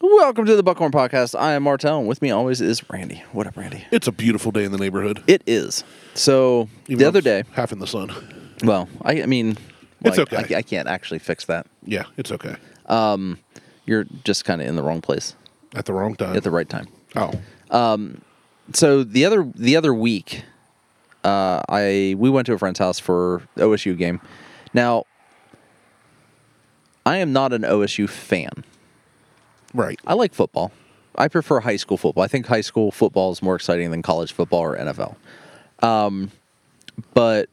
Welcome to the Buckhorn Podcast. I am Martel, and with me always is Randy. What up, Randy? It's a beautiful day in the neighborhood. It is. So Even the though other it's day, half in the sun. well, I, I mean, It's like, okay. I, I can't actually fix that. Yeah, it's okay. You're just kind of in the wrong place At the wrong time. at the right time. oh, So the other the other week, uh, I we went to a friend's house for OSU game. Now, I am not an OSU fan. right. I like football. I prefer high school football. I think high school football is more exciting than college football or NFL. Um, but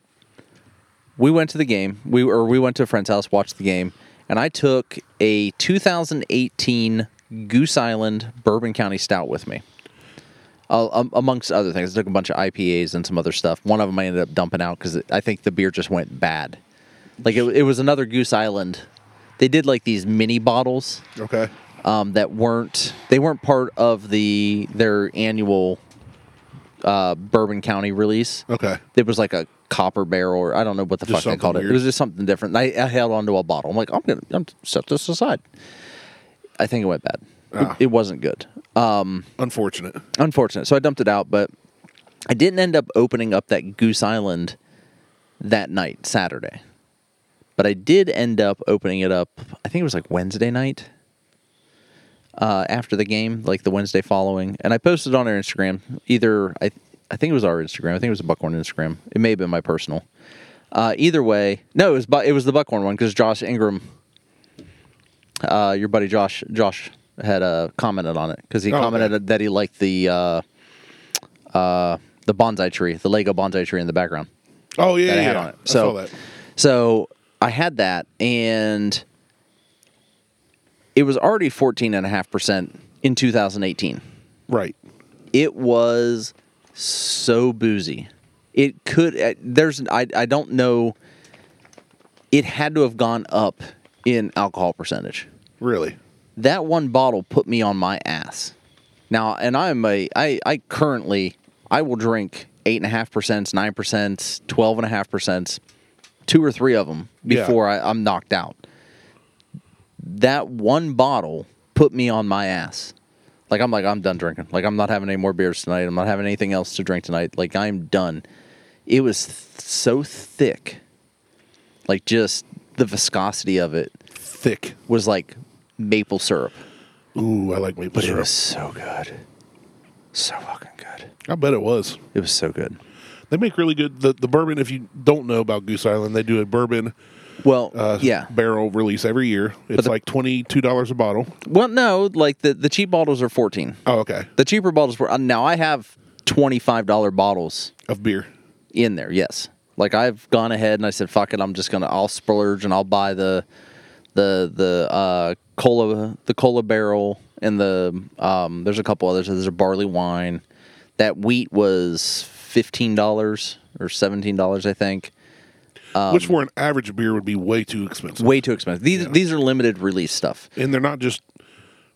we went to the game. We or we went to a friend's house, watched the game, and I took a 2018 Goose Island Bourbon County Stout with me. Uh, um, amongst other things, I took a bunch of IPAs and some other stuff. One of them I ended up dumping out because I think the beer just went bad. Like it, it was another Goose Island. They did like these mini bottles Okay. um, that weren't they weren't part of the their annual uh, Bourbon County release. Okay. It was like a copper barrel, or I don't know what the Just fuck they something called it. It weird. was just something different. And I, I held onto a bottle. I'm like, I'm gonna I'm set this aside. I think it went bad. It- Ah. It, wasn't good. Uh, Unfortunate. unfortunate. So I dumped it out, but I didn't end up opening up that Goose Island that night, Saturday. But I did end up opening it up. I think it was like Wednesday night uh, after the game, like the Wednesday following, and I posted on our Instagram. Either I, I think it was our Instagram. I think it was the Buckhorn Instagram. It may have been my personal. Uh, either way, no, it was Bu- it was the Buckhorn one because Josh Ingram, uh, your buddy Josh, Josh had uh, commented on it because he Oh, okay. commented that he liked the uh, uh, the bonsai tree, the Lego bonsai tree in the background Oh yeah, that I yeah. had yeah. on it. I So, saw that. so I had that, and it was already 14.5% in 2018. Right. It was so boozy. It could, uh, there's, I, I don't know, it had to have gone up in alcohol percentage Really. that one bottle put me on my ass. Now, and I'm a I I currently I will drink eight and a half percent, nine percent, twelve and a half percent, two or three of them Yeah. before I, I'm knocked out. That one bottle put me on my ass. Like I'm like I'm done drinking. Like I'm not having any more beers tonight. I'm not having anything else to drink tonight. Like I'm done. It was th- so thick. Like just the viscosity of it Thick. was like maple syrup. Ooh, I like maple But syrup. it was so good. So fucking good. I bet it was. It was so good. They make really good the, the bourbon. If you don't know about Goose Island, they do a bourbon Well, uh, yeah. barrel release every year. It's the- like twenty two dollars a bottle. Well, no, like the, the cheap bottles are 14. Oh, okay. The cheaper bottles were uh, now I have $25 bottles Of beer. in there. Yes. Like I've gone ahead and I said fuck it, I'm just going to I'll splurge and I'll buy the the the uh cola the cola barrel and the um there's a couple others. There's a barley wine. That wheat was $15 or $17 I think. Um, which for an average beer would be way too expensive. way too expensive. These these are limited release stuff. and they're not just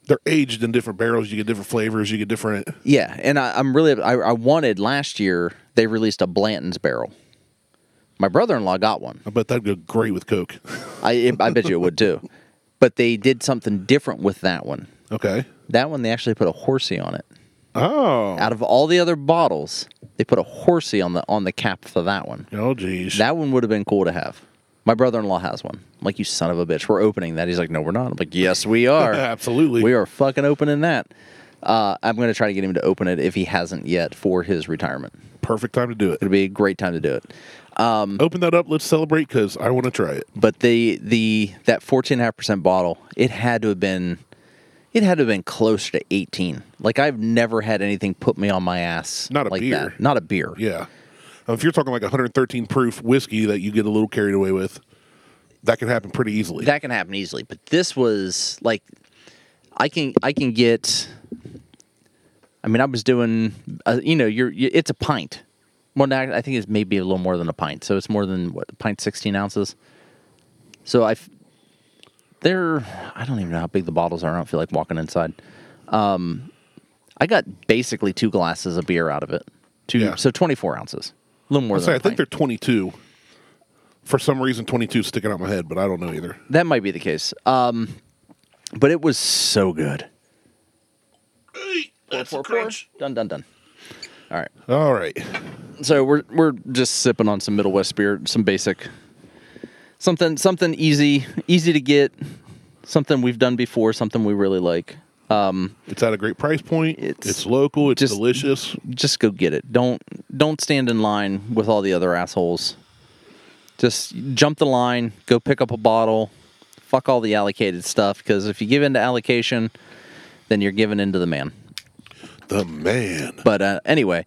they're aged in different barrels. You get different flavors. You get different. Yeah, and I, I'm really I, I wanted last year they released a Blanton's barrel. My brother-in-law got one. I bet that'd go great with Coke. I I bet you it would too, but they did something different with that one. Okay. That one they actually put a horsey on it. Oh. Out of all the other bottles, they put a horsey on the on the cap for that one. Oh, geez. That one would have been cool to have. My brother-in-law has one. I'm like you son of a bitch, we're opening that. He's like, no, we're not. I'm like, yes, we are. Absolutely. We are fucking opening that. Uh, I'm going to try to get him to open it if he hasn't yet for his retirement. Perfect time to do it. It'd be a great time to do it. Mm. Open that up. Let's celebrate because I want to try it. But the the that 14.5% bottle, it had to have been it had to have been close to 18. Like I've never had anything put me on my ass Not a like beer. that. Not a beer. Yeah. Uh, If you're talking like 113 proof whiskey that you get a little carried away with, that can happen pretty easily. That can happen easily, but this was like I can I can get I mean, I was doing uh, you know, you're you, it's a pint. Well, now I think it's maybe a little more than a pint. So it's more than what a pint 16 ounces. So I f- they're I don't even know how big the bottles are. I don't feel like walking inside. Um I got basically two glasses of beer out of it. Two Yeah. so 24 ounces. A little more I than say, a I pint. think they're 22. For some reason, 22 is sticking out my head, but I don't know either. That might be the case. Um, but it was so good. Pour, That's pour, a pour. crunch. Done, done, done. All right. All right. So we're we're just sipping on some Middle West beer, some basic something something easy, easy to get, something we've done before, something we really like. It's at a great price point. It's, It's local. It's just- delicious. Just go get it. Don't don't stand in line with all the other assholes. Just jump the line, go pick up a bottle. Fuck all the allocated stuff because if you give in to allocation, then you're giving in to the man. The man. But uh, anyway,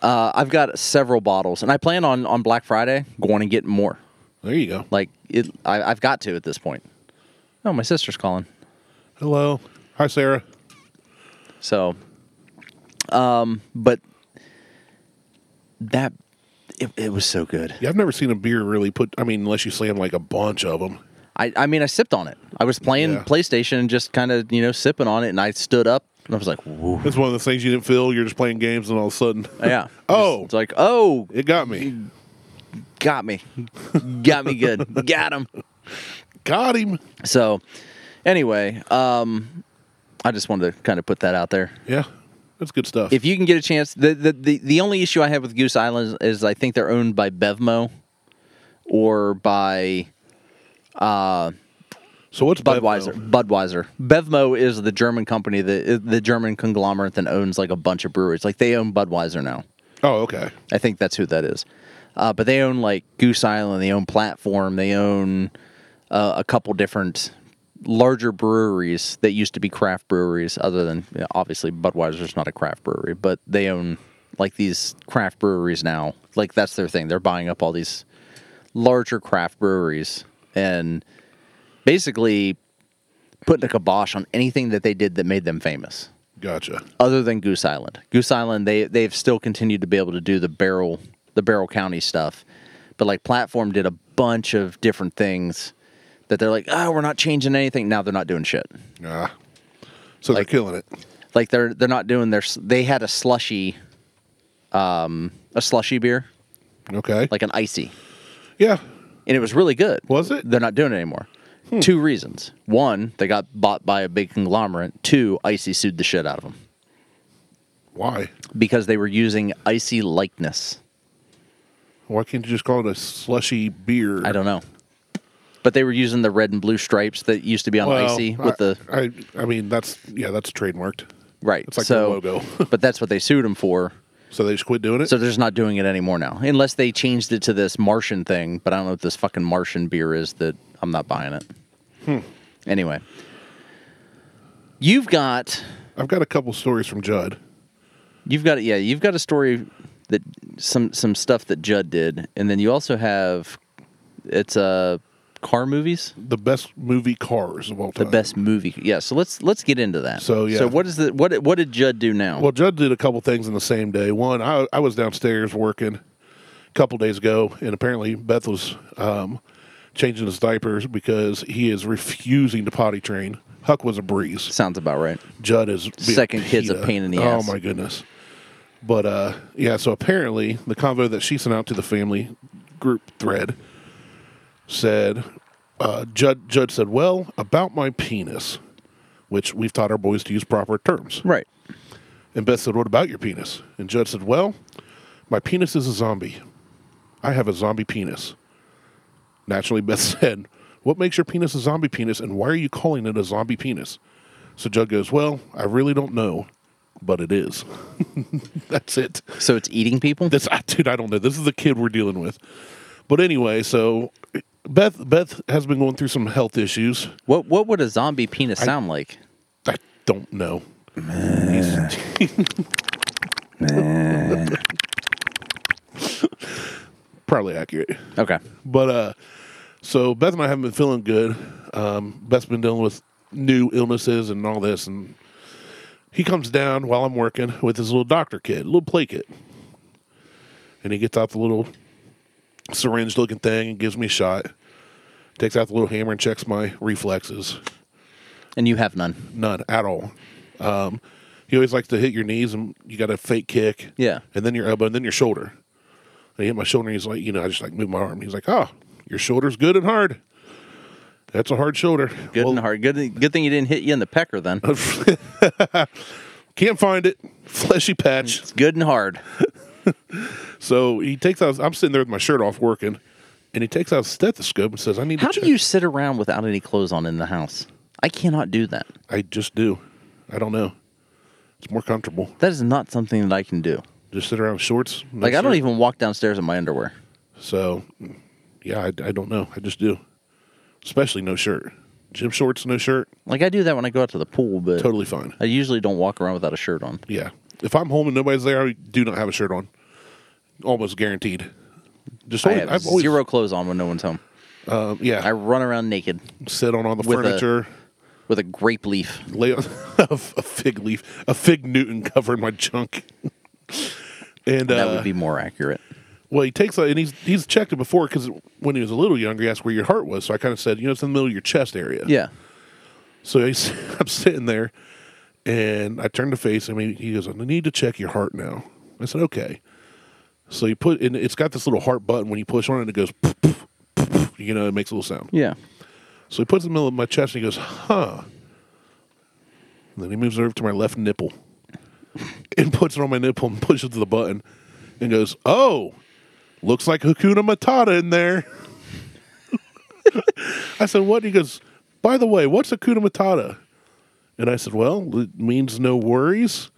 uh, I've got several bottles, and I plan on on Black Friday going and getting more. There you go. Like it, I, I've got to at this point. Oh, my sister's calling. Hello. Hi, Sarah. So, um, but that it, it was so good. Yeah, I've never seen a beer really put. I mean, unless you slam like a bunch of them. I, I mean, I sipped on it. I was playing Yeah. PlayStation and just kind of you know sipping on it, and I stood up and I was like, Whoa. That's one of the things you didn't feel. You're just playing games, and all of a sudden, yeah. Oh. it's like oh, it got me. got me, got me good, got him. Got him. So, anyway, um, I just wanted to kind of put that out there. Yeah, that's good stuff. If you can get a chance, the the, the, the only issue I have with Goose Island is, is I think they're owned by Bevmo or by so what's Bevmo? Budweiser. Budweiser. Bevmo is the German company that is the German conglomerate that owns like a bunch of breweries. Like they own Budweiser now. Oh, okay. I think that's who that is. Uh, but they own like Goose Island, they own Platform, they own uh, a couple different larger breweries that used to be craft breweries, other than you know, obviously Budweiser's not a craft brewery, but they own like these craft breweries now. Like that's their thing. They're buying up all these larger craft breweries and basically putting a kibosh on anything that they did that made them famous Gotcha. other than Goose Island. Goose Island, they they've still continued to be able to do the barrel the Barrel County stuff, but like Platform did a bunch of different things that they're like, oh, we're not changing anything. Now they're not doing shit. Ah. So Like- they're killing it. Like they're they're not doing their. s- They had a slushy, um, a slushy beer Okay. like an icy, yeah. and it was really good. Was it? They're not doing it anymore. Two reasons: one, they got bought by a big conglomerate. Two, icy sued the shit out of them Why? because they were using icy likeness. Why can't you just call it a slushy beer? I don't know. But they were using the red and blue stripes that used to be on Well, Icy with I, the I, I mean, that's yeah, that's trademarked. right. It's like so, the logo. but that's what they sued them for. So they just quit doing it. So they're just not doing it anymore now, unless they changed it to this Martian thing. But I don't know what this fucking Martian beer is that I'm not buying it. Hmm. Anyway, you've got I've got a couple stories from Judd. you've got yeah you've got a story that some some stuff that Judd did, and then you also have it's uh, car movies. The best movie cars of all the time. best movie. Yeah, so let's let's get into that. So, yeah. So what is the what what did Judd do now? Well, Judd did a couple things in the same day. One, I, I was downstairs working a couple days ago, and apparently Beth was um, changing his diapers because he is refusing to potty train. Huck was a breeze. Sounds about right. Judd is being Second kid's a PETA. pain in the oh, ass. Oh my goodness. But uh, yeah, so apparently the convo that she sent out to the family group thread said, uh, Judd Judd said, "Well, about my penis." Which we've taught our boys to use proper terms. Right. And Beth said, What about your penis? And Judd said, Well, my penis is a zombie. I have a zombie penis. Naturally, Beth said, What makes your penis a zombie penis and why are you calling it a zombie penis? So Judd goes, Well, I really don't know, but it is. That's it. So it's eating people. This I, dude, I don't know. This is the kid we're dealing with. But anyway, so Beth Beth has been going through some health issues. what what would a zombie penis sound like? I don't know. He's- Probably accurate. Okay. But uh so Beth and I haven't been feeling good. Um Beth's been dealing with new illnesses and all this and he comes down while I'm working with his little doctor kit, little play kit. And he gets out the little syringe looking thing and gives me a shot. Takes out the little hammer and checks my reflexes. And you have none. None at all. Um, he always likes to hit your knees, and you got a fake kick. Yeah. And then your elbow, and then your shoulder. And he hit my shoulder, and he's like, you know, I just like move my arm. He's like, oh, your shoulder's good and hard. That's a hard shoulder. Good Well, and hard. Good good thing you didn't hit you in the pecker then. Can't find it. Fleshy patch. It's good and hard. So he takes out. I'm sitting there with my shirt off working, and he takes out his stethoscope and says, "I need How to." do check- you sit around without any clothes on in the house? I cannot do that. I just do. I don't know. It's more comfortable. That is not something that I can do. Just sit around with shorts. no Like I don't shirt. even walk downstairs in my underwear. So, yeah, I, I don't know. I just do. Especially no shirt. Gym shorts, no shirt, Like I do that when I go out to the pool, but totally fine. I usually don't walk around without a shirt on. Yeah. If I'm home and nobody's there, I do not have a shirt on. Almost guaranteed. Just I always, have I've always, zero clothes on when no one's home. um, yeah. I run around naked sit on all the with a- furniture, with a grape leaf. lay on a fig leaf, a fig Newton covering my junk. and That uh, would be more accurate. Well, he takes and he's he's checked it before because when he was a little younger, he asked where your heart was. So I kind of said, you know, it's in the middle of your chest area. Yeah. So he's, I'm sitting there, and I turn to face him. He, he goes, "I need to check your heart now." I said, "Okay." So you put, and it's got this little heart button. When you push on it, it goes, poof, poof, poof, poof, you know, it makes a little sound. Yeah. So he puts it in the middle of my chest, and he goes, "Huh." And then he moves over to my left nipple, and puts it on my nipple, and pushes the button, and goes, "Oh, looks like Hakuna Matata in there." I said, "What?" He goes, "By the way, what's Hakuna Matata?" And I said, "Well, it means no worries."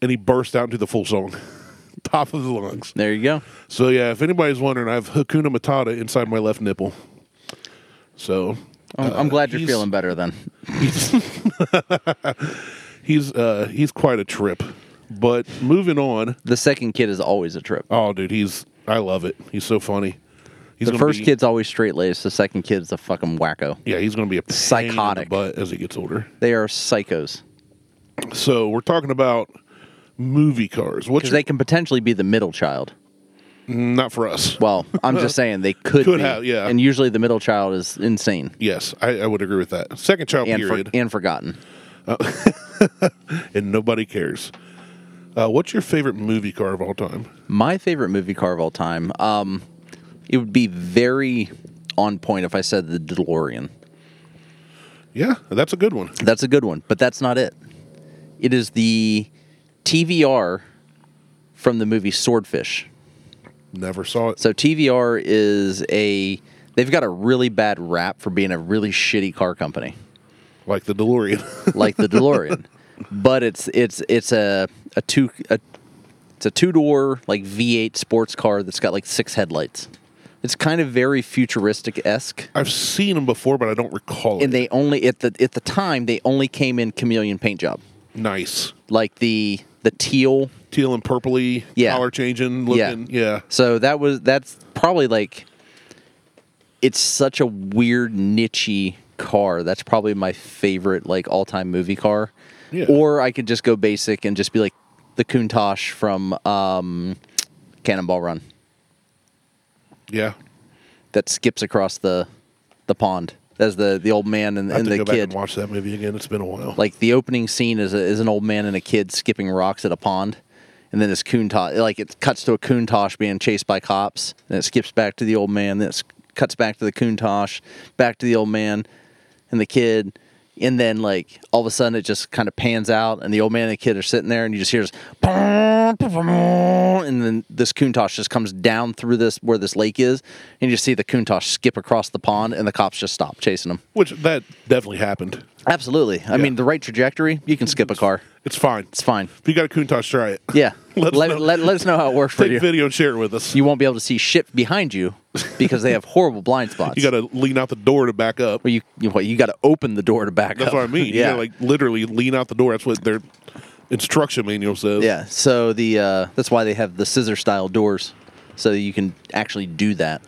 And he burst out into the full song, top of the lungs. There you go. So yeah, if anybody's wondering, I have Hakuna Matata inside my left nipple. So I'm, I'm glad you're Uh, he's- feeling better then. he's he's, uh, he's quite a trip. But moving on, The second kid is always a trip. oh dude, he's I love it. He's so funny. He's The gonna first be- kid's always straight laced. The second kid's a fucking wacko. yeah, he's going to be a pain in the Psychotic. butt as he gets older. They are psychos So we're talking about movie cars. What's because your, they can potentially be the middle child. not for us? Well, I'm just saying they could, Could be. have, yeah. And usually the middle child is insane Yes, I, I would agree with that. Second child and for, period, and forgotten. and nobody cares. Uh, what's your favorite movie car of all time? My favorite movie car of all time. Um, it would be very on point if I said the DeLorean. Yeah, that's a good one. That's a good one, but that's not it. It is the TVR from the movie Swordfish. Never saw it. So TVR is a they've got a really bad rap for being a really shitty car company, Like the DeLorean. like the DeLorean. but it's it's it's a a two a, it's a two door like V8 sports car that's got like six headlights. It's kind of very futuristic esque. I've seen them before, but I don't And recall. it. they only at the at the time they only came in chameleon paint job, nice like the the teal teal and purpley Yeah. color changing looking. Yeah. So that was that's probably like it's such a weird nichey car. That's probably my favorite like all time movie car. Yeah. Or I could just go basic and just be like the Countach from um, Cannonball Run yeah, that skips across the the pond. That's the the old man and, I have and to the go back and kid. watch that movie again. It's been a while. Like the opening scene is a, is an old man and a kid skipping rocks at a pond. And then this Countach, like it cuts to a Countach being chased by cops. And it skips back to the old man. Then it s- cuts back to the Countach, back to the old man and the kid. And then, like, all of a sudden it just kind of pans out. And the old man and the kid are sitting there. And you just hear this. And then this Countach just comes down through this where this lake is. And you just see the Countach skip across the pond. And the cops just stop chasing him. Which that definitely happened. Absolutely. I mean, the right trajectory, you can skip a car. It's fine. It's fine. If you got a Countach, try it. Yeah. Let let, us know. let, let us know how it works for Take you. a video and share it with us. You, You won't be able to see shit behind you because they have horrible blind spots. got to lean out the door to back up. Well, you, you, well, you got to open the door to back That's up. what I mean. You Yeah. gotta, like literally lean out the door. That's what their instruction manual says. yeah. So the uh, that's why they have the scissor style doors, so you can actually do that.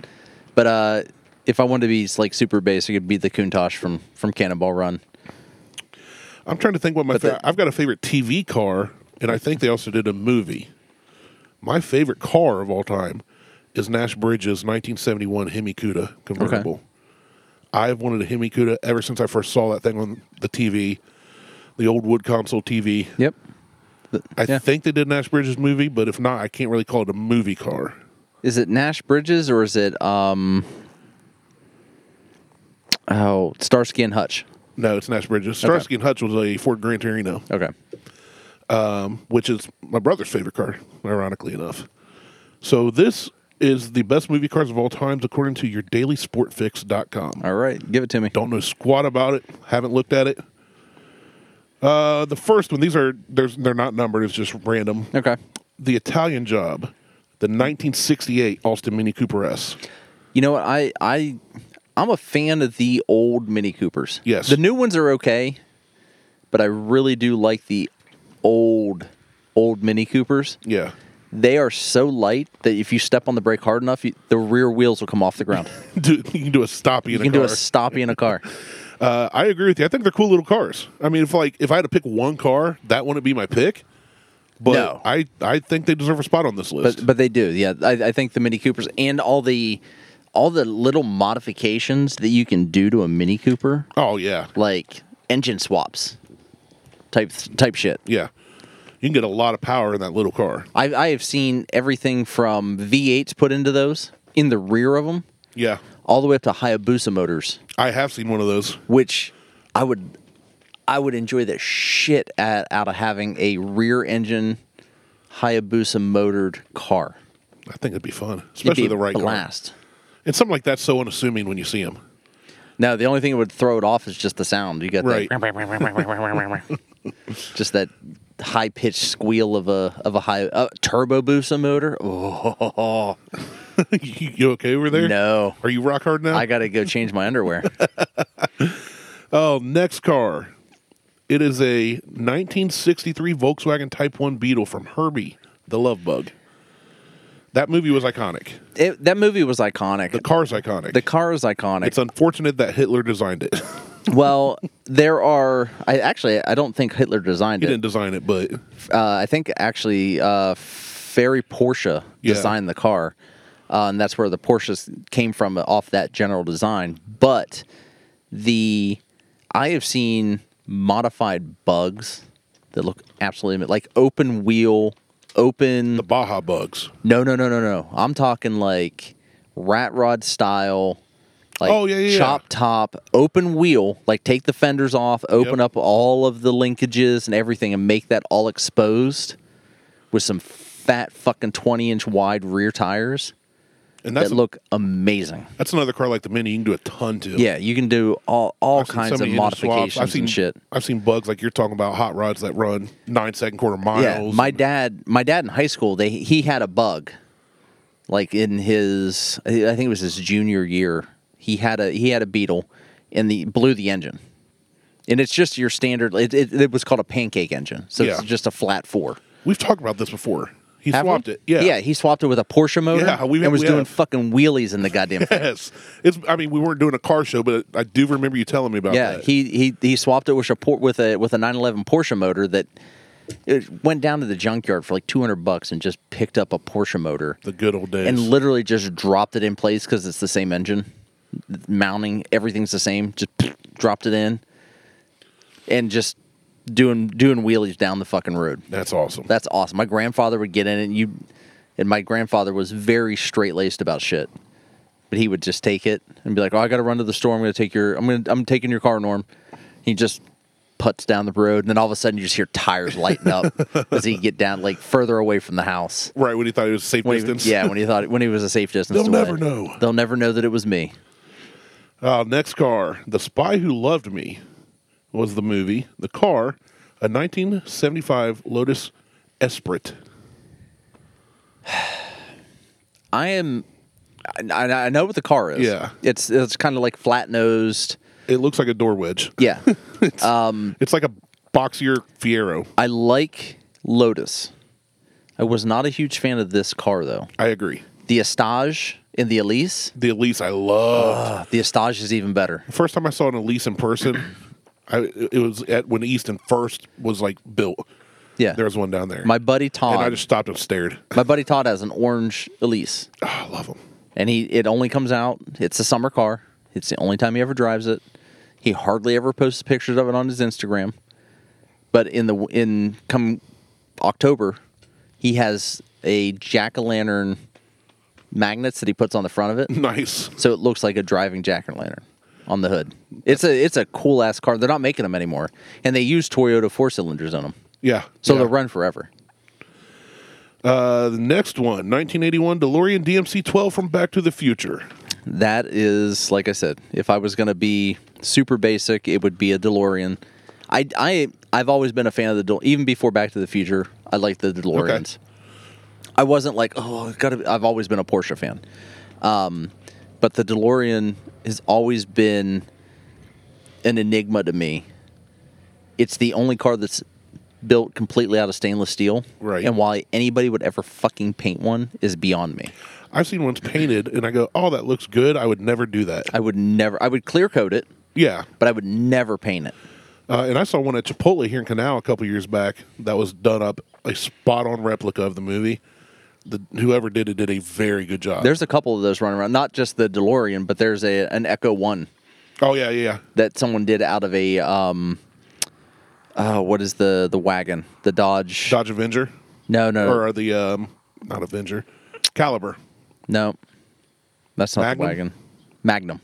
But uh, if I wanted to be like super basic, it'd be the Countach from from Cannonball Run. I'm trying to think what my the- favorite. I've got a favorite TV car, and I think they also did a movie. My favorite car of all time is Nash Bridges' 1971 Hemi Cuda convertible. I've wanted a Hemi Cuda ever since I first saw that thing on the TV, the old wood console TV. Yep. I yeah. think they did Nash Bridges movie, but if not, I can't really call it a movie car. Is it Nash Bridges or is it um? Oh, Starsky and Hutch. No, it's Nash Bridges. Starsky and Hutch was a Ford Gran Torino. Okay. um, which is my brother's favorite card, ironically enough. So this is the best movie cards of all times according to your dailysportfix.com. All right, give it to me. Don't know squat about it. Haven't looked at it. Uh, the first one. These are there's they're not numbered. It's just random. Okay. The Italian Job, the 1968 Austin Mini Cooper S. You know what? I I I'm a fan of the old Mini Coopers. Yes. The new ones are okay, but I really do like the old old Mini Coopers. Yeah, They are so light that if you step on the brake hard enough, you, the rear wheels will come off the ground. do, you can do a stoppie. You in can a do car. a stoppy in a car. Uh, I agree with you. I think they're cool little cars. I mean, if like if I had to pick one car, that wouldn't be my pick. But No. I I think they deserve a spot on this list. But but they do, yeah. I, I think the Mini Coopers and all the all the little modifications that you can do to a Mini Cooper, oh yeah, like engine swaps, type type shit. yeah. You can get a lot of power in that little car. I I have seen everything from V8s put into those in the rear of them, Yeah, all the way up to Hayabusa motors, I have seen one of those. which I would I would enjoy the shit at, out of having a rear engine Hayabusa motored car, I think it'd be fun, It'd especially be the a right car. blast. And something like that's so unassuming when you see them. No, the only thing that would throw it off is just the sound. You got Right. that, just that high pitched squeal of a of a high uh, turbo booster motor. Oh you, you okay over there? no, Are you rock hard now? I gotta go change my underwear. oh, next car. It is a 1963 Volkswagen Type 1 Beetle from Herbie, The Love Bug. That movie was iconic. It, that movie was iconic. The car's iconic. The car is iconic. it's unfortunate that Hitler designed it. well, there are. I actually, I don't think Hitler designed he it. didn't design it, but Uh, I think actually, uh, Ferry Porsche Yeah. designed the car, uh, and that's where the Porsches came from off that general design. But the I have seen modified bugs that look absolutely ama- like open wheel, open. the Baja Bugs. No, no, no, no, no. I'm talking like rat rod style, like Oh, yeah, yeah, yeah. chop top, open wheel. Like take the fenders off, open Yep. up all of the linkages and everything, and make that all exposed with some fat fucking 20 inch wide rear tires And that's that look amazing. that's another car like the Mini you can do a ton to. Yeah, you can do all all I've seen kinds so of many engine swaps. modifications I've seen and shit. I've seen bugs like you're talking about hot rods that run nine second quarter miles. Yeah, my dad, my dad in high school, they he had a bug, like in his, I think it was his junior year. He had a he had a beetle, and the blew the engine, and it's just your standard. It it, it was called a pancake engine, so it's Yeah. just a flat four. We've talked about this before. He Have we? swapped it. Yeah. yeah, he swapped it with a Porsche motor, Yeah, we've- and was we doing have. fucking wheelies in the goddamn thing. Yes. It's I mean, we weren't doing a car show, but I do remember you telling me about Yeah, that. he he he swapped it with a por- with a with a 911 Porsche motor that it went down to the junkyard for like 200 bucks and just picked up a Porsche motor. the good old days. and literally just dropped it in place because it's the same engine mounting everything's the same just dropped it in and just doing doing wheelies down the fucking road That's awesome. that's awesome my grandfather would get in it and you and my grandfather was very straight laced about shit but he would just take it and be like oh i gotta run to the store i'm gonna take your i'm gonna i'm taking your car norm he just puts down the road and then all of a sudden you just hear tires lighting up as he get down like further away from the house right when he thought it was a safe when he- distance. yeah, when he thought when he was a safe distance. They'll away. never know. They'll never know that it was me. Uh, next car, The Spy Who Loved Me, was the movie. The car, a 1975 Lotus Esprit. I am. I, I know what the car is. Yeah. it's it's kind of like flat nosed. It looks like a door wedge. Yeah, It's like a boxier Fiero. I like Lotus. I was not a huge fan of this car though. I agree. The Estage and the Elise. The Elise, I love. Ugh, the Estage is even better. First time I saw an Elise in person, I, it was at when Easton first was like built. Yeah, There was one down there. my buddy Todd. and I just stopped and stared. my buddy Todd has an orange Elise. Ah, I love them. and he it only comes out it's a summer car it's the only time he ever drives it he hardly ever posts pictures of it on his instagram but in the in come october he has a jack-o'-lantern magnets that he puts on the front of it Nice. so it looks like a driving jack-o'-lantern on the hood it's a it's a cool ass car they're not making them anymore and they use toyota four cylinders on them Yeah. So yeah. they'll run forever. Uh, the next one, 1981 DeLorean DMC-12 from Back to the Future. That is, like I said, if I was going to be super basic, it would be a DeLorean. I, I, I've always been a fan of the DeLorean. Even before Back to the Future, I liked the DeLoreans. I wasn't like, oh, I've, gotta, be-" I've always been a Porsche fan. Um, but the DeLorean has always been an enigma to me. It's the only car that's built completely out of stainless steel. Right. And why anybody would ever fucking paint one is beyond me. I've seen ones painted, and I go, "Oh, that looks good." I would never do that. I would never, I would clear coat it. Yeah, but I would never paint it. uh, and I saw one at Chipotle here in Canal a couple years back that was done up a spot-on replica of the movie. The, whoever did it did a very good job. There's a couple of those running around, not just the DeLorean, but there's a an Echo One oh yeah, yeah, that someone did out of a um, oh, what is the the wagon, the Dodge? Dodge Avenger no, no, or the um, not Avenger, Caliber. no, that's not Magnum? the wagon. Magnum,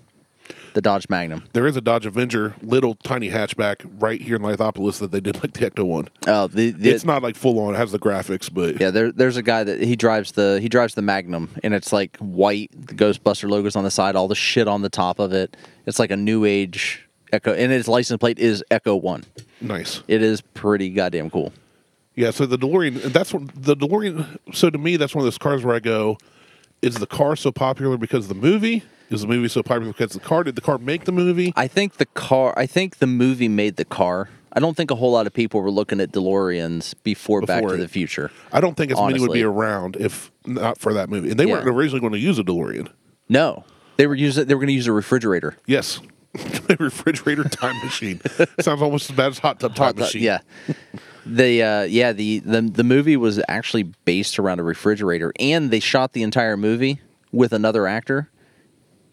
the Dodge Magnum. There is a Dodge Avenger, little tiny hatchback, right here in Lithopolis that they did like the Ecto one. Oh, the, the it's not like full on; it has the graphics, but yeah. There, there's a guy that he drives the he drives the Magnum, and it's like white. The Ghostbuster logo's on the side, all the shit on the top of it. It's like a new age Echo, and its license plate is Echo One. nice. It is pretty goddamn cool. Yeah, so the DeLorean, that's what the DeLorean, so to me, that's one of those cars where I go, is the car so popular because of the movie? Is the movie so popular because of the car? Did the car make the movie? I think the car. I think the movie made the car. I don't think a whole lot of people were looking at DeLoreans before, Back Before to it. the Future. I don't think as many would Honestly. be around if not for that movie. And they Yeah. weren't originally going to use a DeLorean. No, they were using. They were going to use a refrigerator. Yes. a refrigerator time machine. Sounds almost as bad as hot tub time Uh, machine. yeah. The uh, yeah the, the the movie was actually based around a refrigerator, and they shot the entire movie with another actor,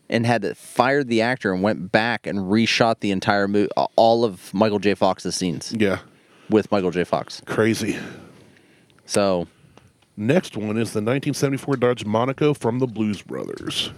and had to- fired the actor and went back and reshot the entire movie, all of Michael J. Fox's scenes Yeah. with Michael J. Fox. Crazy. So Next one is the 1974 Dodge Monaco from the Blues Brothers.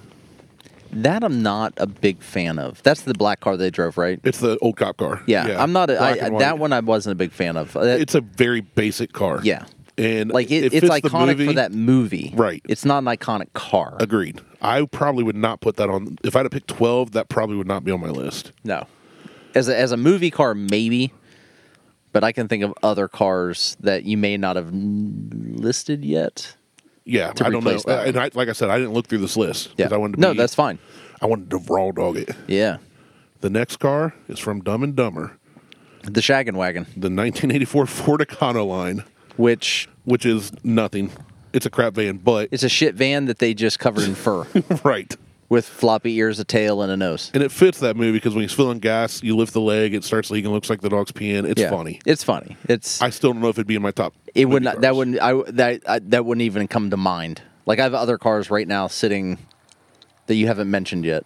That I'm not a big fan of. That's the black car they drove, right? It's the old cop car. Yeah, I'm not. A, Black I, and white. that one I wasn't a big fan of. Uh, it's a very basic car. Yeah. And like it, it's fits the iconic for movie. that movie, Right. It's not an iconic car. Agreed. I probably would not put that on. If I had to pick 12, that probably would not be on my list. no, as a, as a movie car, maybe. But I can think of other cars that you may not have n- listed yet. Yeah, To I don't know. replace that And I, like I said, I didn't look through this list Yeah, I wanted to no, be- that's fine. I wanted to raw dog it. Yeah, The next car is from Dumb and Dumber, the Shaggin' Wagon, the 1984 Ford Econoline, which which is nothing. It's a crap van, but it's a shit van that they just covered in fur right. with floppy ears, a tail, and a nose. And it fits that movie because when he's filling gas, you lift the leg, it starts leaking, looks like the dog's peeing. It's Yeah. funny. It's funny. It's I still don't know if it'd be in my top. it would movie not that cars. wouldn't I that I, that wouldn't even come to mind. Like I have other cars right now sitting that you haven't mentioned yet.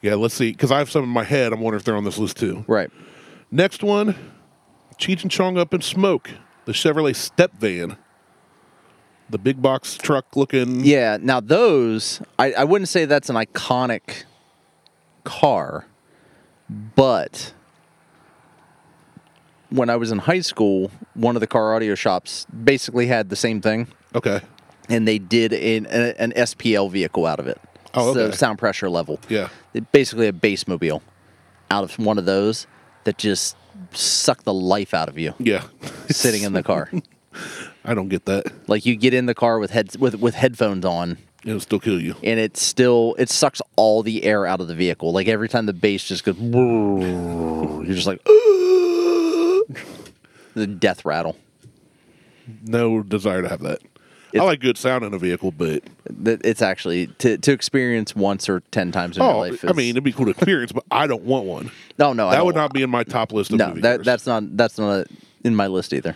Yeah, let's see. Because I have some in my head. I'm wondering if they're on this list too. Right. Next one, Cheech and Chong up in smoke. The Chevrolet step van, the big box truck looking. Yeah. Now those I, I wouldn't say that's an iconic car, but when I was in high school, one of the car audio shops basically had the same thing, Okay. and they did an, an SPL vehicle out of it. Oh, So okay. sound pressure level. Yeah. It- basically a base mobile out of one of those that just suck the life out of you Yeah. sitting in the car. I don't get that. like you get in the car with heads with, with headphones on It'll still kill you. and it still it sucks all the air out of the vehicle. Like every time the bass just goes you're just like the death rattle. No desire to have that. I It's- like good sound in a vehicle, but That- It's actually to, to experience once or ten times in your oh, life. I is- mean, it'd be cool to experience, but I don't want one. no, no, I That would don't- not be in my top list of No, movie that, cars. that's not that's not in my list either.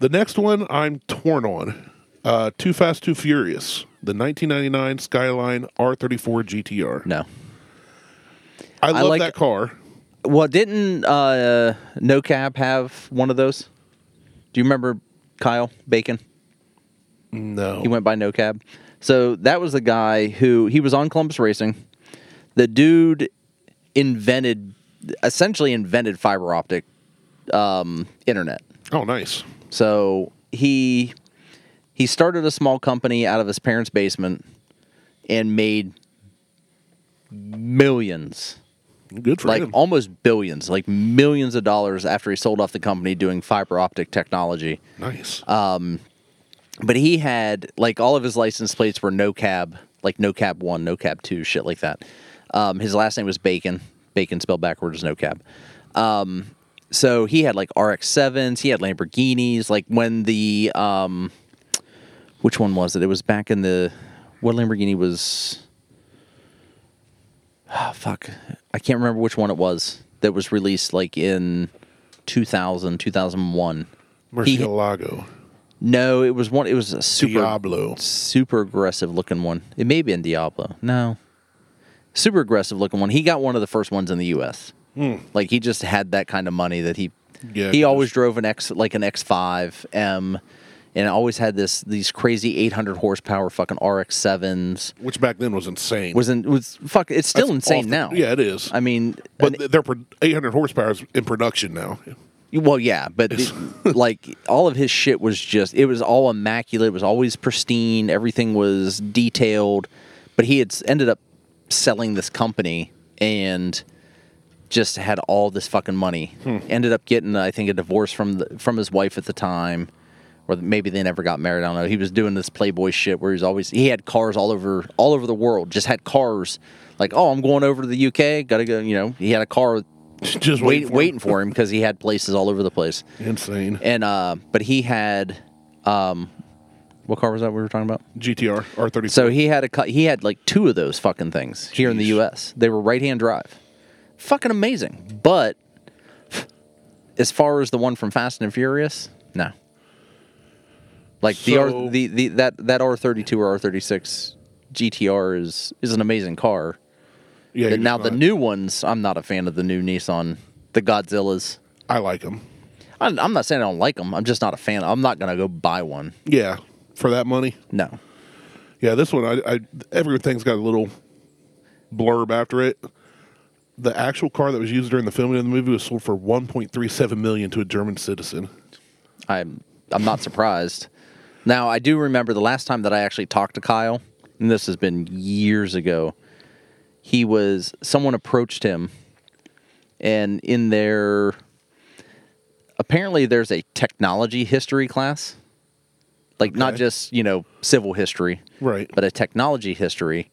the next one. I'm torn on. Uh, too Fast, Too Furious, the 1999 Skyline R34 GTR. No, I love like- that car. Well, didn't uh, No Cab have one of those? Do you remember Kyle Bacon? No, He went by No Cab. So that was the guy who he was on Columbus Racing. The dude invented, essentially invented fiber optic um, internet. Oh, nice. So he he started a small company out of his parents' basement and made millions, Good for like him. almost billions, like millions of dollars after he sold off the company doing fiber optic technology. nice. uh, But he had like all of his license plates were no cab, like no cab one, no cab two, shit like that. Um, his last name was Bacon. Bacon spelled backwards is no cab. Um, so he had like RX sevens. He had Lamborghinis. Like when the um, which one was it? It was back in the what Lamborghini was. Ah, fuck, I can't remember which one it was that was released like in 2000, 2001. Mercy he- Lago. No, it was one. It was a super Diablo. super aggressive looking one. It may be in Diablo. No, super aggressive looking one. He got one of the first ones in the U.S. Like he just had that kind of money that he Hmm. Yeah, he he always just- drove an X like an X five M, and always had this these crazy eight hundred horsepower fucking RX sevens. Which back then was insane. Was in was fuck. It's still That's insane now. off the- Yeah, it is. I mean, but an- th- they're pro- 800 horsepower is in production now. Well, yeah, but it- like all of his shit was just it was all immaculate. It was always pristine. Everything was detailed. But he had s- ended up selling this company and just had all this fucking money. Ended up getting, I think, a divorce from the, from his wife at the time, or maybe they never got married. I don't know. He was doing this Playboy shit where he was always he had cars all over all over the world. Just had cars like, oh, I'm going over to the UK. Got to go. You know, he had a car Just wait, wait, waiting for him because he had places all over the place. Insane. And uh, but he had, um, what car was that we were talking about? GTR R30. So he had a cu- he had like two of those fucking things here in the Jeez. U.S. They were right hand drive, fucking amazing. But as far as the one from Fast and Furious, no. Like the So- R the, the that that R thirty two or R thirty six GTR is is an amazing car. yeah, And he's now the not- new ones, I'm not a fan of the new Nissan, the Godzillas. I like them. I'm, I'm not saying I don't like them. I'm just not a fan. I'm not gonna go buy one. Yeah, for that money. No. Yeah, this one, I, I everything's got a little blurb after it. The actual car that was used during the filming of the movie was sold for 1.37 million to a German citizen. I'm I'm not surprised. Now I do remember the last time that I actually talked to Kyle, and this has been years ago. He was someone approached him, and in their apparently there's a technology history class, like not Okay. just you know civil history, Right. but a technology history.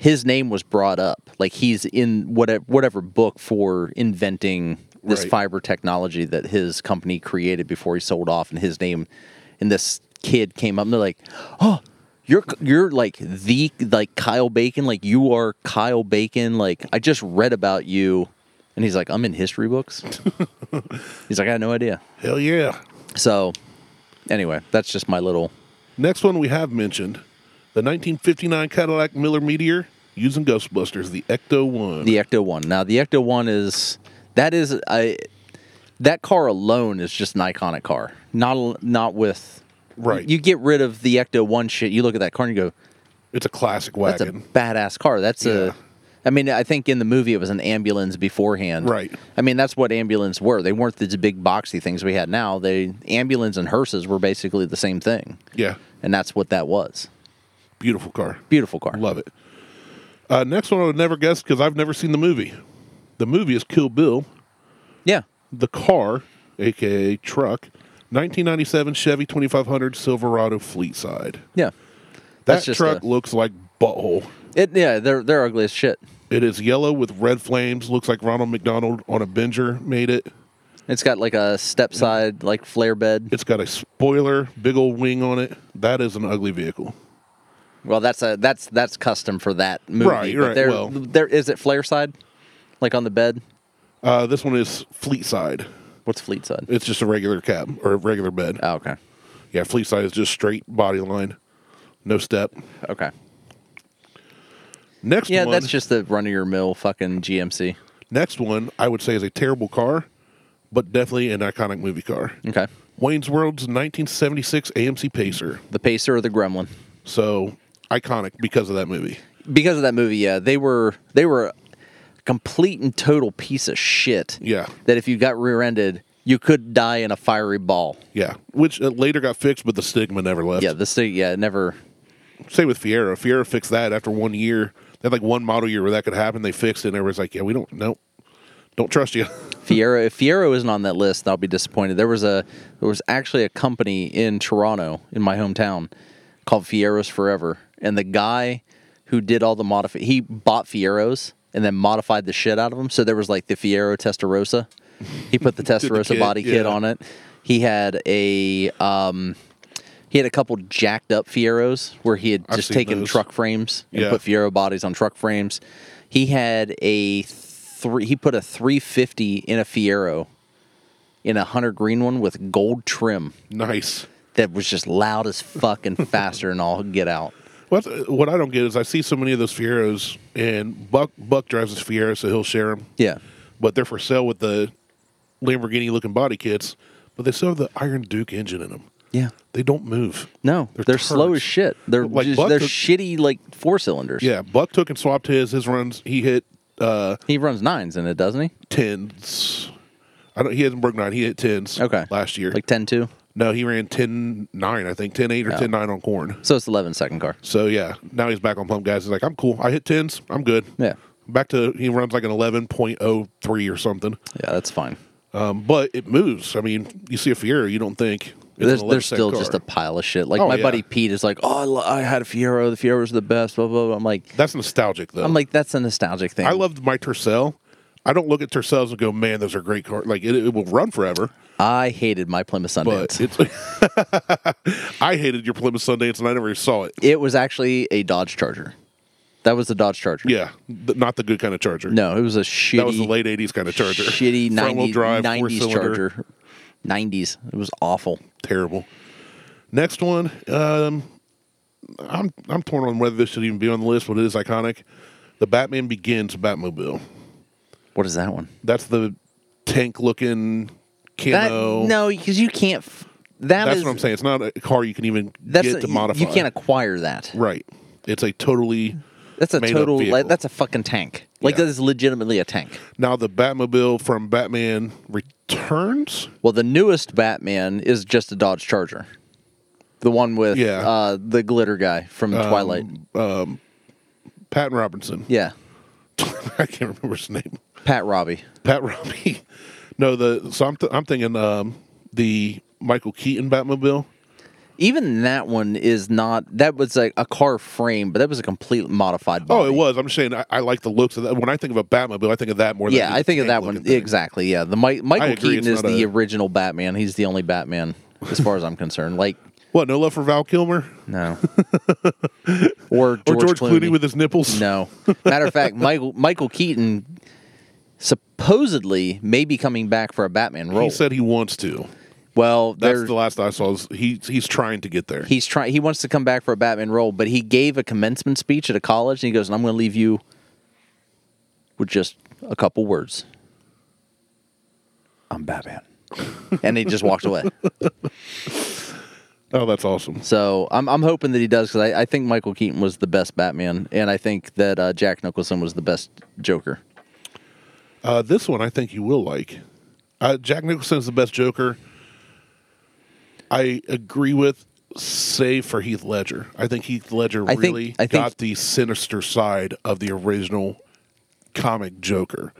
His name was brought up, like he's in whatever whatever book for inventing this Right. fiber technology that his company created before he sold off, and his name. And this kid came up, and they're like, "Oh, you're you're like the like Kyle Bacon, like you are Kyle Bacon. Like I just read about you." And he's like, "I'm in history books." he's like, "I had no idea." Hell yeah. So, anyway, that's just my little Next one we have mentioned the 1959 Cadillac Miller Meteor using Ghostbusters, the Ecto 1. the Ecto One. Now the Ecto One is that is I that car alone is just an iconic car. Not al- not with Right. You get rid of the Ecto One shit. You look at that car and you go, It's a classic "That's wagon. a badass car." That's Yeah. a. I mean, I think in the movie it was an ambulance beforehand. Right. I mean, that's what ambulance were. They weren't these big boxy things we had now. They ambulance and hearses were basically the same thing, yeah. and that's what that was. Beautiful car. Beautiful car. Love it. Uh, next one I would never guess because I've never seen the movie. The movie is Kill Bill. Yeah. The car, aka truck, 1997 Chevy 2500 Silverado Fleet Side. Yeah. That That's just truck a- looks like butthole. It. Yeah. They're they're ugly as shit. It is yellow with red flames. Looks like Ronald McDonald on a Benger made it. It's got like a step side like flare bed. It's got a spoiler, big old wing on it. That is an ugly vehicle. Well, that's a that's that's custom for that movie. Right, but right, There, well- there is it flare side, like on the bed. Uh, this one is Fleet Side. What's fleet side? It's just a regular cab or a regular bed. Oh, okay, Yeah, Fleet Side is just straight body line, no step. okay. Next Yeah, one, that's just the run of your mill fucking GMC. next one I would say is a terrible car, but definitely an iconic movie car. Okay, Wayne's World's 1976 AMC Pacer. the Pacer or the Gremlin. So iconic because of that movie. Because of that movie, yeah, they were they were a complete and total piece of shit. Yeah. That if you got rear-ended, You could die in a fiery ball. Yeah, which uh, later got fixed, but the stigma never left. Yeah, this thing, yeah, it never. Same with Fiera. Fiera fixed that after one year. They had like one model year where that could happen. They fixed it, and everybody's like, "Yeah, we don't, no, don't trust you." Fiero, if Fiero isn't on that list, I'll be disappointed. There was a there was actually a company in Toronto, in my hometown, called Fieros Forever, and the guy who did all the modify he bought Fieros and then modified the shit out of them. So there was like the Fiero Testarossa. He put the Testarossa kit, body kit yeah. on it. He had a um, he had a couple jacked up Fieros where he had I've just seen taken those. truck frames and Yeah. put Fiero bodies on truck frames. He had a three. He put a 350 in a Fiero, in a hunter green one with gold trim nice. that was just loud as fuck and faster and all get out. What uh, what I don't get is I see so many of those Fieros, and Buck Buck drives his Fiera, so he'll share them. Yeah, but they're for sale with the Lamborghini looking body kits. But they still have the Iron Duke engine in them. yeah. They don't move. No, they're, slow turds. as shit. They're Like just, Buck they're took- shitty like four cylinders. Yeah, Buck took and swapped his. His runs he hit uh he runs nines in it, doesn't he? tens. I don't. He hasn't broke nine. He hit tens. Okay, last year. like 10-2. no, he ran ten nine. I think ten eight or Yeah. ten nine on corn. So it's 11 second car. So yeah, now he's back on pump guys. He's like, I'm cool. I hit tens. I'm good. Yeah, Back to he runs like an eleven point oh three or something. yeah, that's fine. Um, but it moves. I mean, you see a Fiero, you don't think it's an There's, 11 there's cent still car. just a pile of shit. Like Oh, my yeah. buddy Pete is like, oh, I, lo- I had a Fiero. The Fiero's the best. Blah blah. blah. I'm like, That's nostalgic though. I'm like, that's a nostalgic thing. I loved my Tercel. I don't look at Tercels and go, man, those are great cars. Like it, it will run forever, I hated my Plymouth Sundance. but It, it's. I hated your Plymouth Sundance, and I never even saw it. was actually a Dodge Charger. That was the Dodge Charger. Yeah, th- not the good kind of Charger. No, it was a shitty. that was the late '80s kind of Charger. Shitty Front-wheel 90, drive, 90s four-cylinder. Charger. 90s. It was awful. Terrible. Next one. Um, I'm I'm torn on whether this should even be on the list, but it is iconic. The Batman Begins Batmobile. What is that one? That's the tank looking That camo. no, because you can't. f- That that's is- what I'm saying. It's not a car you can even That's get to you- modify. You can't acquire that. Right. It's a totally That's a Made-up total. Like, vehicle. that's a fucking tank. Like Yeah. that is legitimately a tank. now the Batmobile from Batman Returns. Well, the newest Batman is just a Dodge Charger. The one with Yeah. Um, uh, the glitter guy from Twilight. Patton Robinson. Yeah. I can't remember his name. Pat Robbie. Pat Robbie. No, the so I'm th- I'm thinking um, the Michael Keaton Batmobile. Even that one is not. That was like a car frame, but that was a complete modified. Oh, Body. it was. I'm just saying I, I like the looks of that. When I think of a Batmobile, I think of that more. than Yeah, I the think of that tank one looking thing. exactly. Yeah, the Mi- Michael agree, Keaton it's is not the a- original Batman. He's the only Batman, as far as I'm concerned. Like What? No love for Val Kilmer no, or George, or George Clooney, with his nipples? No. Matter of fact, Michael Michael Keaton supposedly may be coming back for a Batman role. He said he wants to. well, That's there the last I saw. Is he he's trying to get there. he's trying he wants to come back for a Batman role, but he gave a commencement speech at a college and he goes, "And "I'm going to leave you with just a couple words. I'm Batman." and he just walked away. oh, that's awesome. So I'm, I'm hoping that he does because I, I think Michael Keaton was the best Batman, and I think that uh, Jack Nicholson was the best Joker. Uh, this one I think you will like. Uh, Jack Nicholson is the best Joker. I agree with, save for Heath Ledger. I think Heath Ledger I think- really I think- got the sinister side of the original comic Joker.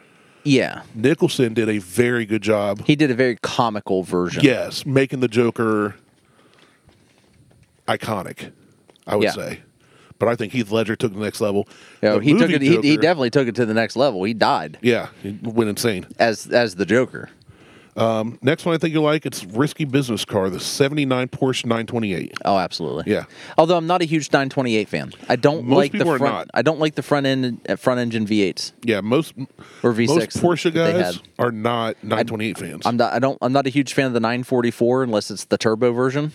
Yeah, Nicholson did a very good job. he did a very comical version. yes, making the Joker iconic. I would Yeah. say, but I think Heath Ledger took the next level. You know, The Oh, he took movie it. He, he Joker- definitely took it to the next level. He died yeah, he went insane. as as the Joker. Next one I think you'll like. It's risky business car, the '79 Porsche 928. Oh, absolutely. Yeah. Although I'm not a huge 928 fan. I don't Most like the people are front. not. I don't like the front end uh, front engine V8s Yeah, most or V6. most Porsche that they guys had. are not 928 fans. I'm not. I don't. I'm not a huge fan of the 944 unless it's the turbo version,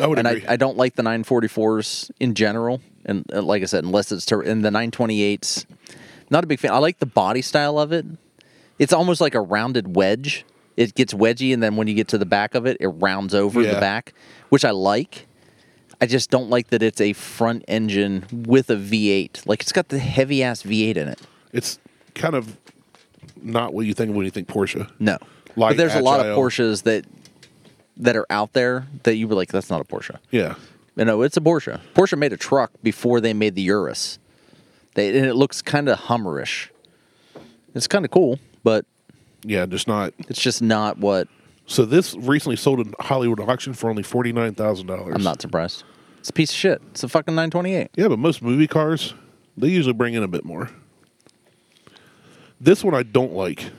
I would and I, agree. I don't like the 944s in general. And uh, like I said, unless it's tur- and the 928s, not a big fan. I like the body style of it. It's almost like a rounded wedge. It gets wedgy, and then when you get to the back of it, it rounds over Yeah. the back, which I like. I just don't like that it's a front engine with a V8. Like it's got the heavy ass V8 in it. it's kind of not what you think when you think Porsche. No. Light, but there's a lot of agile. Porsches that that are out there that you were like, that's not a Porsche. Yeah. You know, it's a Porsche. Porsche made a truck before they made the Urus. They, and it looks kind of Hummerish. It's kind of cool, but Yeah, just not. it's just not what So this recently sold in Hollywood auction for only forty nine thousand dollars. I'm not surprised. It's a piece of shit. It's a fucking 928. Yeah, but most movie cars, they usually bring in a bit more. This one I don't like.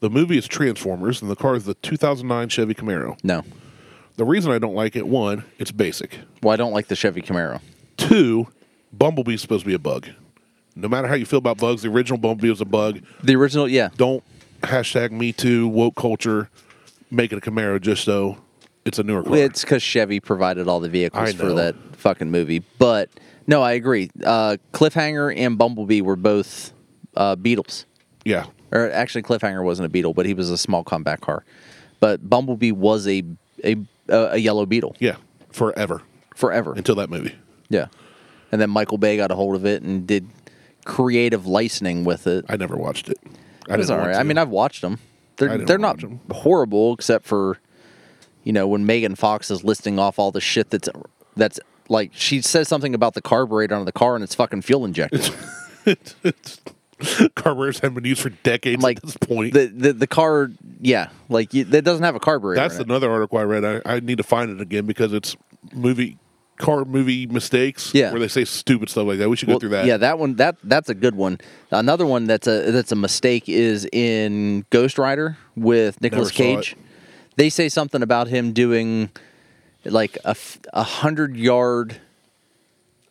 The movie is Transformers, and the car is the 2009 Chevy Camaro. No. The reason I don't like it, one, it's basic. Well, I don't like the Chevy Camaro. Two, Bumblebee's supposed to be a bug. No matter how you feel about bugs, the original Bumblebee was a bug. The original, yeah. Don't hashtag Me Too woke culture, make it a Camaro just so it's a newer car. It's because Chevy provided all the I vehicles for know. that fucking movie. But no, I agree. Uh, Cliffhanger and Bumblebee were both uh, Beatles. yeah, Or actually, Cliffhanger wasn't a Beetle, but he was a small combat car. But Bumblebee was a a, a, a yellow Beetle yeah, forever forever. until that movie. Yeah. And then Michael Bay got a hold of it and did creative licensing with it. I never watched it. I It was didn't all want right. to. I mean, I've watched them. I They're didn't they're not watch 'em. horrible, except for you know when Megan Fox is listing off all the shit that's that's like she says something about the carburetor on the car and it's fucking fuel injected. it's, carburetors have been used for decades like at this point. the, the the car, yeah, like you, that doesn't have a carburetor. That's in it. another article I read. I, I need to find it again because it's movie car movie mistakes Yeah. where they say stupid stuff like that. We should go Well, through that. Yeah, that one that that's a good one. Another one that's a that's a mistake is in Ghost Rider with Nicolas Never saw Cage. it. They say something about him doing like a f- a hundred yard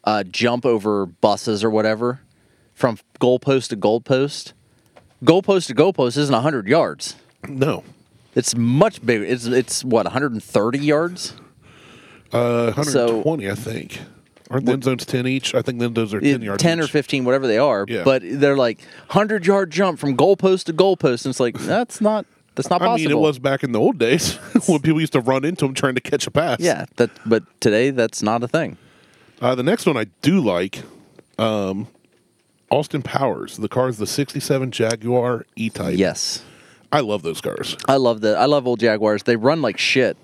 uh, jump over buses or whatever from goalpost to goalpost. Goalpost to goalpost isn't hundred yards. No. It's much bigger. It's it's what 130 yards. Uh, So- 120, I think. Aren't the end zones 10 each? I think the end zones are 10 10, yards. or each. 15, whatever they are. Yeah. But they're like 100 yard jump from goalpost to goalpost. And it's like, that's not, that's not I possible. mean, it was back in the old days when people used to run into them trying to catch a pass. Yeah. That, but today, that's not a thing. Uh, the next one I do like um, Austin Powers. The car is the 67 Jaguar E Type. Yes. I love those cars. I love that. I love old Jaguars. They run like shit.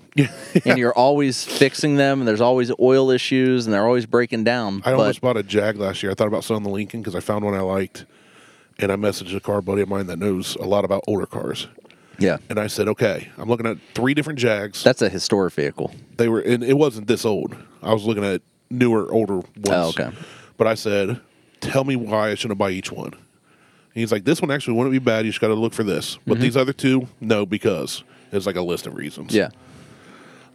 And you're always fixing them. And there's always oil issues and they're always breaking down. I but almost bought a Jag last year. I thought about selling the Lincoln because I found one I liked, and I messaged a car buddy of mine that knows a lot about older cars, yeah, and I said, "Okay, I'm looking at three different Jags. that's a historic vehicle. they were, and it wasn't this old. I was looking at newer, older ones. Oh, okay. But I said, "Tell me why I shouldn't buy each one." And he's like, "This one actually wouldn't be bad. You just got to look for this, Mm-hmm. but these other two, no, because." It's like a list of reasons. Yeah.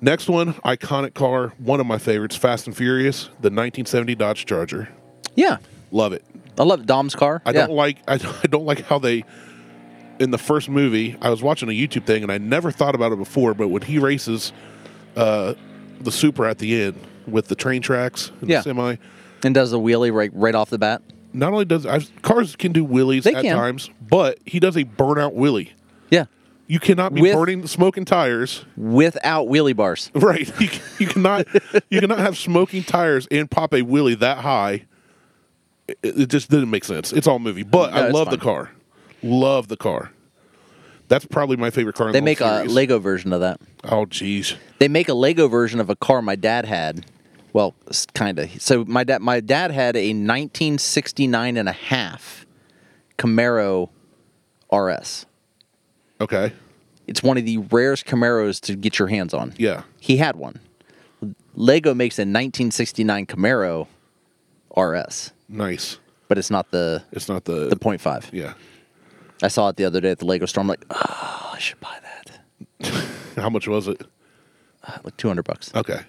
Next one, iconic car, one of my favorites, Fast and Furious, the 1970 Dodge Charger. Yeah. Love it. I love Dom's car. I yeah. don't like I don't, I don't like how they in the first movie. I was watching a YouTube thing and I never thought about it before, but when he races uh, the Super at the end with the train tracks and Yeah. the semi, and does the wheelie right, right off the bat. not only does I've, cars can do wheelies They at can. times, but he does a burnout wheelie. Yeah. You cannot be With- burning smoking tires, Without wheelie bars. right? You, c- you cannot you cannot have smoking tires and pop a wheelie that high. It, it just didn't make sense. It's all movie, but No, I it's love the fine. car. Love the car. That's probably my favorite car. In They the whole make a series. Lego version of that. Oh, jeez. they make a Lego version of a car my dad had. Well, kind of. So my dad my dad had a 1969 and a half Camaro RS. Okay. It's one of the rarest Camaros to get your hands on. Yeah. He had one. Lego makes a 1969 Camaro RS, Nice. but it's not the It's not the, the .5. Yeah. I saw it the other day at the Lego store. I'm like, "Oh, I should buy that." Uh, How much was it? Like 200 bucks. Okay.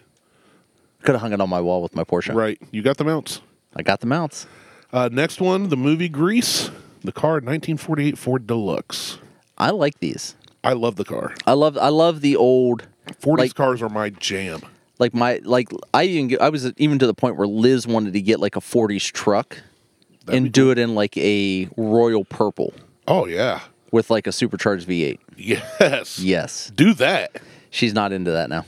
Could have hung it on my wall with my Porsche. Uh. Right. You got the mounts. I got the mounts. Uh, next one, the movie Grease. The car, 1948 Ford Deluxe. I like these. I love the car. I love I love the old 40s like cars are my jam. like my like I even get, I was even to the point where Liz wanted to get like a 40s truck That'd be and do it in like a royal purple Oh, yeah. with like a supercharged V8. Yes. Yes, Do that. she's not into that now.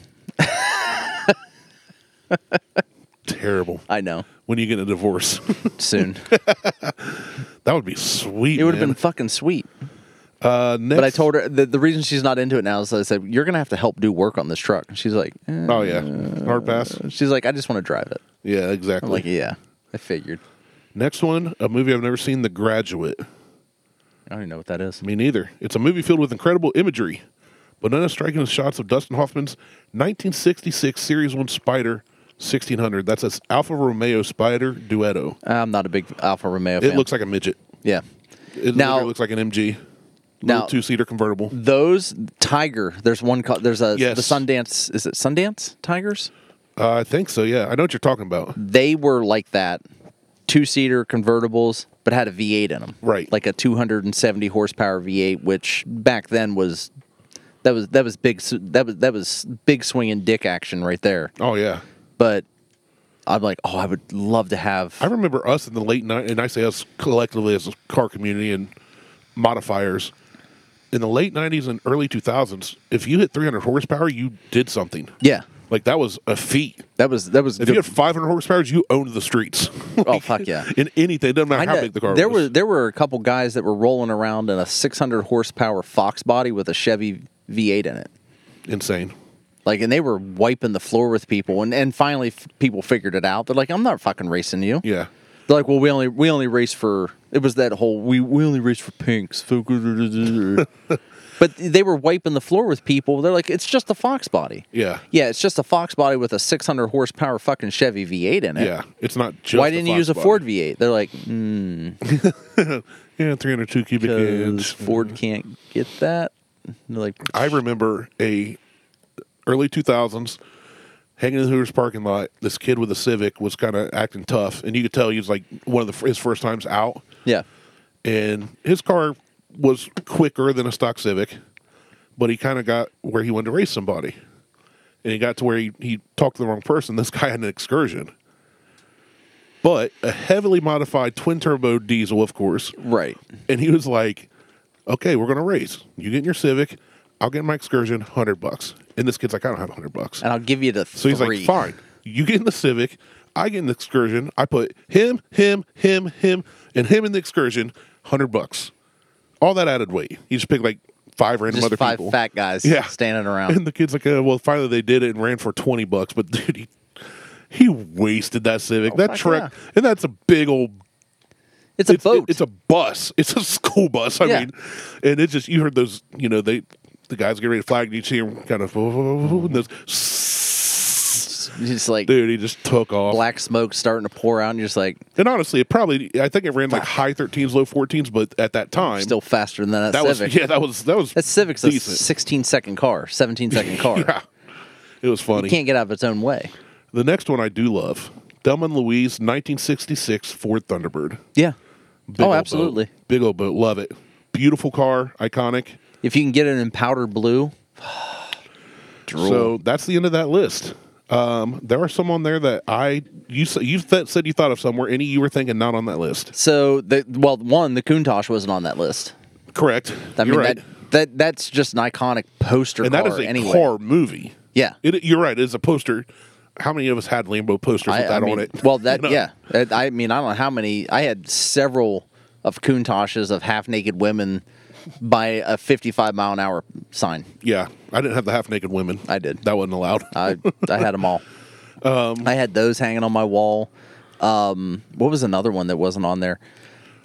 Terrible. I know. When you get a divorce, Soon that would be sweet. it would have man. been fucking sweet. Uh, next, But I told her the, the reason she's not into it now is that I said you're gonna have to help do work on this truck. And she's like, eh. Oh yeah, hard pass. she's like, I just want to drive it. Yeah, exactly. I'm like, yeah, I figured. Next one, a movie I've never seen, The Graduate. I don't even know what that is. Me neither. It's a movie filled with incredible imagery, but none as striking as shots of Dustin Hoffman's 1966 Series 1 Spider 1600. That's an Alfa Romeo Spider Duetto. I'm not a big Alfa Romeo. It fan. looks like a midget. yeah. It Now- now, looks like an MG. Now- Little two seater convertible. Those tiger. There's one. co- There's a Yes. the Sundance. Is it Sundance Tigers? Uh, I think so, yeah. I know what you're talking about. They were like that, two seater convertibles, but had a V8 in them. Right. Like a 270 horsepower V8, which back then was that was that was big s- that was that was big swinging dick action right there. Oh, yeah. But I'm like, oh, I would love to have. I remember us in the late night, and I say us collectively as a car community and modifiers. In the late 90s and early 2000s, if you hit 300 horsepower, you did something. yeah. Like that was a feat. That was that was If good. you had 500 horsepower, you owned the streets. oh fuck yeah. in anything, doesn't matter I how know- big the car there was. were there were a couple guys that were rolling around in a 600 horsepower Fox body with a Chevy V8 in it. Insane. Like, and they were wiping the floor with people, and and finally f- people figured it out. They're like, "I'm not fucking racing you." Yeah. They're like, "Well, we only we only race for it was that whole we we only race for pinks." but they were wiping the floor with people. They're like, "It's just a Fox body." Yeah. yeah, it's just a Fox body with a 600 horsepower fucking Chevy V8 in it. Yeah. It's not just. Why didn't you use a Fox Ford body. V8? They're like, mm, Yeah, 302 cubic because inch. Ford can't get that. And they're like, I remember a early 2000s hanging in the Hooters parking lot. This kid with a Civic was kind of acting tough, and you could tell he was like one of the, his first times out. yeah, and his car was quicker than a stock Civic, but he kind of got where he wanted to race somebody, and he got to where he, he talked to the wrong person. This guy had an excursion, but a heavily modified twin turbo diesel, of course, right. and he was like, "Okay, we're gonna race. You get in your Civic, I'll get in my excursion, hundred bucks." And this kid's like, "I don't have hundred bucks," And I'll give you the so he's three. like, "Fine, you get in the Civic." I get in the excursion. I put him, him, him, him, and him in the excursion. Hundred bucks all that added weight. You just pick like five random Just other five people. fat guys Yeah. standing around. and the kid's like, uh, well, finally they did it and ran for 20 bucks. But dude, he, he wasted that Civic. that Oh, fuck truck, and that's a big old. It's a it's, boat. it's a bus. It's a school bus. I Yeah. mean, and it's just, you heard those, you know, they, the guys get ready to flag and you see him kind of, and those, It's just like dude, he just took off. black smoke starting to pour out, and you're just like, And honestly, it probably, I think it ran like high 13s, low 14s, but at that time, still faster than that, that Civic. was, yeah, that was, that was, That Civic's a decent. 16 second car, 17 second car. Yeah. It was funny. It can't get out of its own way. The next one I do love. Dumb and Louise, 1966 Ford Thunderbird. Yeah. Big old oh, boat. absolutely. Big old boat. Love it. Beautiful car. Iconic. If you can get it in powder blue, So that's the end of that list. Um, there are some on there that I you s- you th- said you thought of somewhere. Any you were thinking not on that list? so the well, one the Countach wasn't on that list. Correct. I mean you're right. that that that's just an iconic poster and car. that is a anyway. car movie. Yeah. It, you're right. It's a poster. How many of us had Lambo posters with that mean, on it? Well, that You know? yeah. Uh, I mean, I don't know how many. I had several of Cointoshes of half naked women by a 55 mile an hour sign. yeah. I didn't have the half naked women. I did. That wasn't allowed. I I had them all. Um, I had those hanging on my wall. Um, what was another one that wasn't on there?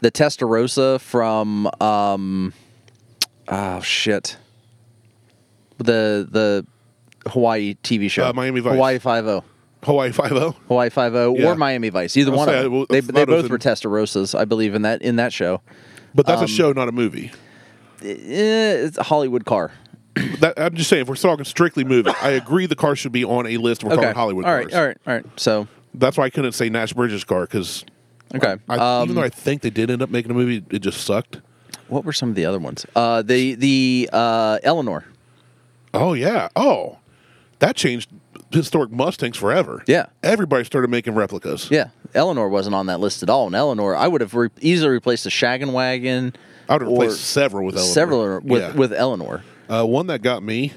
The Testarossa from um, oh shit, the the Hawaii TV show Uh, Miami Vice. Hawaii Five O. Hawaii Five O. Hawaii Five O Yeah. or Miami Vice, either I'll one say, of well, them. They, that's they not both as were in- Testarossas, I believe, in that in that show. But that's Um, a show, not a movie. Eh, it's a Hollywood car. That, I'm just saying, if we're talking strictly movie, I agree the car should be on a list. We're Okay, talking Hollywood All right, cars. all right, all right. So, That's why I couldn't say Nash Bridges' car because, okay. Um, even though I think they did end up making a movie, it just sucked. what were some of the other ones? Uh, the the uh, Eleanor. Oh yeah, oh, that changed historic Mustangs forever. Yeah. everybody started making replicas. Yeah, Eleanor wasn't on that list at all. And Eleanor, I would have re- easily replaced the Shaggin' Wagon. I would or replace several with Eleanor. several with Yeah. with Eleanor. uh, one that got me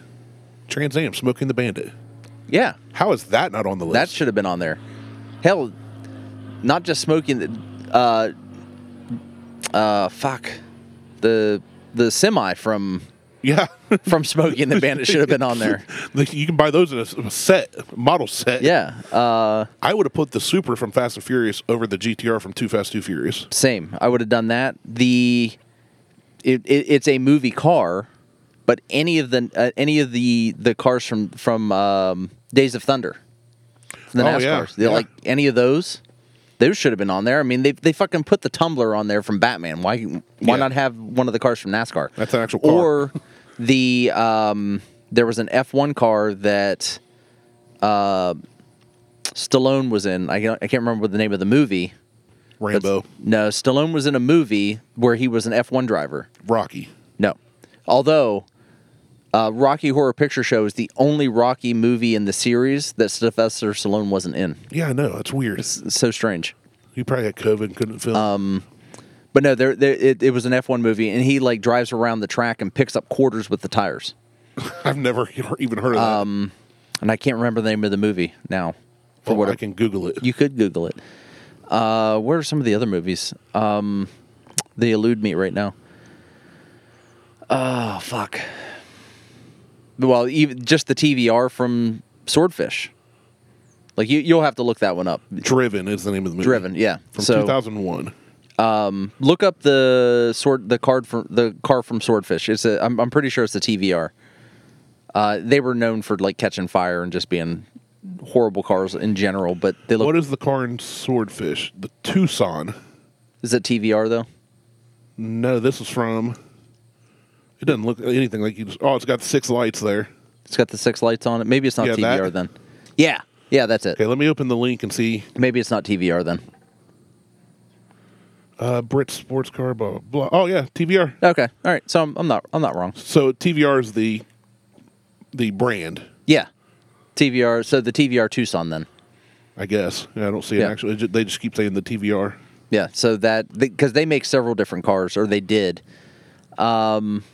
Trans Am Smoking the Bandit. Yeah, How is that not on the list? that should have been on there. Hell, not just smoking. the- Uh, uh, fuck the the semi from Yeah. from Smokey and the Bandit should have been on there. you can buy those in a s- a set, model set. Yeah, uh, I would have put the Super from Fast and Furious over the GTR from Too Fast, Too Furious. same. I would have done that. The it, it, it's a movie car, but any of the uh, any of the the cars from from um, Days of Thunder, from the Oh, NASCARs, yeah, They're yeah. like any of those. Those should have been on there. I mean, they they fucking put the tumbler on there from Batman. Why why Yeah. not have one of the cars from NASCAR? That's an actual car. Or the um, there was an F one car that uh, Stallone was in. I can't, I can't remember the name of the movie. That's- Rambo, No, Stallone was in a movie where he was an F1 driver. Rocky. No. Although, uh, Rocky Horror Picture Show is the only Rocky movie in the series that Sylvester Stallone wasn't in. Yeah, I know. That's weird. It's so strange. He probably had COVID and couldn't film. But no, there, there it, it was an F1 movie, and he like drives around the track and picks up quarters with the tires. I've never even heard of that. And I can't remember the name of the movie now. Um, For Well, what I can Google it. you could Google it. Uh, where are some of the other movies? Um, they elude me right now. Oh fuck! Well, even just the TVR from Swordfish. Like you, you'll have to look that one up. Driven is the name of the movie. Driven, yeah. From so 2001. look up the sword, the card from the car from Swordfish. It's a. I'm, I'm pretty sure it's the TVR. Uh, they were known for like catching fire and just being horrible cars in general, but they look. What is the car in Swordfish? The Tucson. is it TVR though? No, this is from. It doesn't look anything like you. Just, oh, it's got six lights there. It's got the six lights on it. Maybe it's not Yeah, TVR that- then. Yeah, yeah, that's it. Okay, let me open the link and see. Maybe it's not TVR then. Uh, Brit sports car, blah blah. blah. Oh yeah, TVR. Okay, all right. So I'm, I'm not I'm not wrong. So TVR is the the brand, Yeah, TVR. So the TVR Tucson then. I guess. Yeah, I don't see it Yeah. actually. It ju- They just keep saying the TVR. Yeah. So that because they make several different cars, or they did. Um,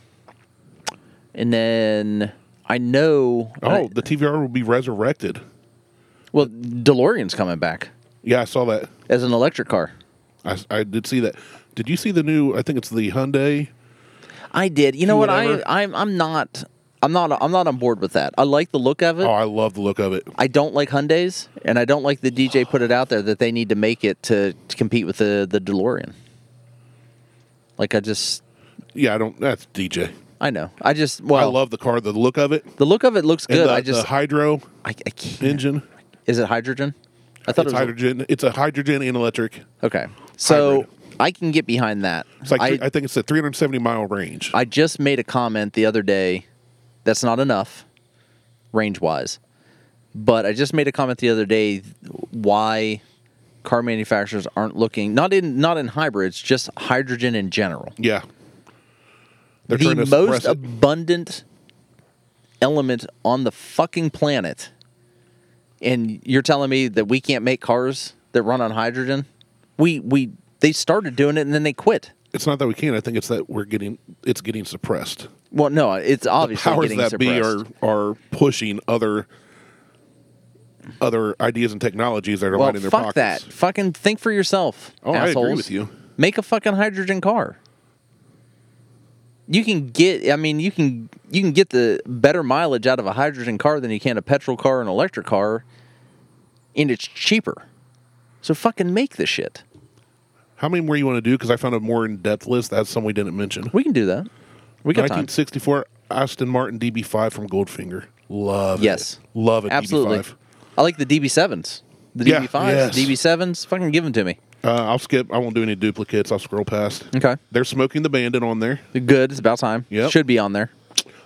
and then I know. Oh, I- the TVR will be resurrected. well, DeLorean's coming back Yeah, I saw that. as an electric car. I, I did see that. Did you see the new? I think it's the Hyundai. I did. You know what? I Whatever. I'm I'm not I'm not I'm not on board with that. I like the look of it. Oh, I love the look of it. I don't like Hyundai's, and I don't like the DJ put it out there that they need to make it to, to compete with the the DeLorean. Like I just, Yeah, I don't. That's DJ. I know, I just well, I love the car. The look of it. the look of it looks And good. The, I the just, hydro I, I can't. engine. Is it hydrogen? I It's thought it was hydrogen. It's a hydrogen and electric. okay. So Hybrid. I can get behind that. It's like I, I, think it's a 370 mile range. I just made a comment the other day that's not enough range wise. But I just made a comment the other day why car manufacturers aren't looking not in not in hybrids, just hydrogen in general. yeah, they're the most suppress it. abundant element on the fucking planet. And you're telling me that we can't make cars that run on hydrogen? We we they started doing it and then they quit. it's not that we can't. I think it's that we're getting it's getting suppressed. Well, no, it's obviously Powers getting that be suppressed. are are pushing other other ideas and technologies that are well, lining their fuck pockets. that. Fucking think for yourself. Oh, I agree assholes. with you. Make a fucking hydrogen car. You can get. I mean, you can you can get the better mileage out of a hydrogen car than you can a petrol car and electric car, and it's cheaper. So fucking make the shit. How many more you want to do? Because I found a more in depth list. That's some we didn't mention. We can do that. We got time. 1964 Aston Martin DB5 from Goldfinger. Love Yes. it. Love it. Absolutely. DB5. I like the DB7s. The Yeah, DB5s, yes. DB7s, fucking give them to me. Uh, I'll skip. I won't do any duplicates. I'll scroll past. Okay. They're smoking the bandit on there. Good, it's about time. Yep. Should be on there.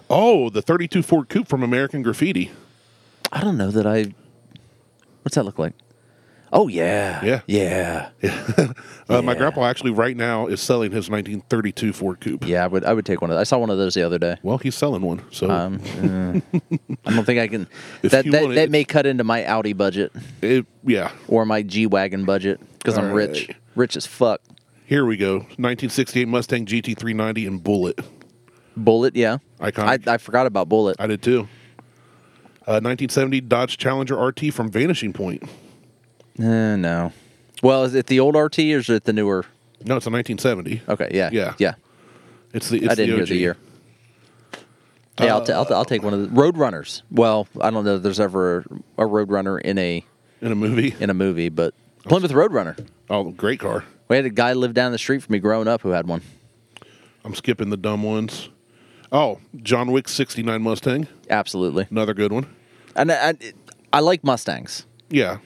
Oh, the 32 Ford Coupe from American Graffiti. I don't know that I. What's that look like? Oh yeah, Yeah. yeah, yeah. Uh, My Yeah. grandpa actually right now is selling his 1932 Ford Coupe. I would, I would take one of. Those. I saw one of those the other day. Well, he's selling one. So Um, uh, I don't think I can. If That you that, want it, that may cut into my Audi budget it, yeah. or my G wagon budget because I'm All rich, right. rich as fuck. Here we go. 1968 Mustang GT390 and Bullet. Bullet, yeah. Iconic. I, I forgot about Bullet. I did too. Uh, 1970 Dodge Challenger RT from Vanishing Point. Eh, no. Well, is it the old RT or is it the newer? No, it's a 1970. Okay, yeah, Yeah. yeah. It's the it's Uh, I didn't the Uh, hear OG. the year. Yeah, I'll, t- I'll, t- I'll take one of the Road Runners. Well, I don't know that there's ever a Road Runner in a in a movie. in a movie, but Plymouth Road Runner. Oh, great car! We had a guy live down the street from me growing up who had one. I'm skipping the dumb ones. Oh, John Wick '69 Mustang, Absolutely, another good one. and I, I, I like Mustangs, Yeah,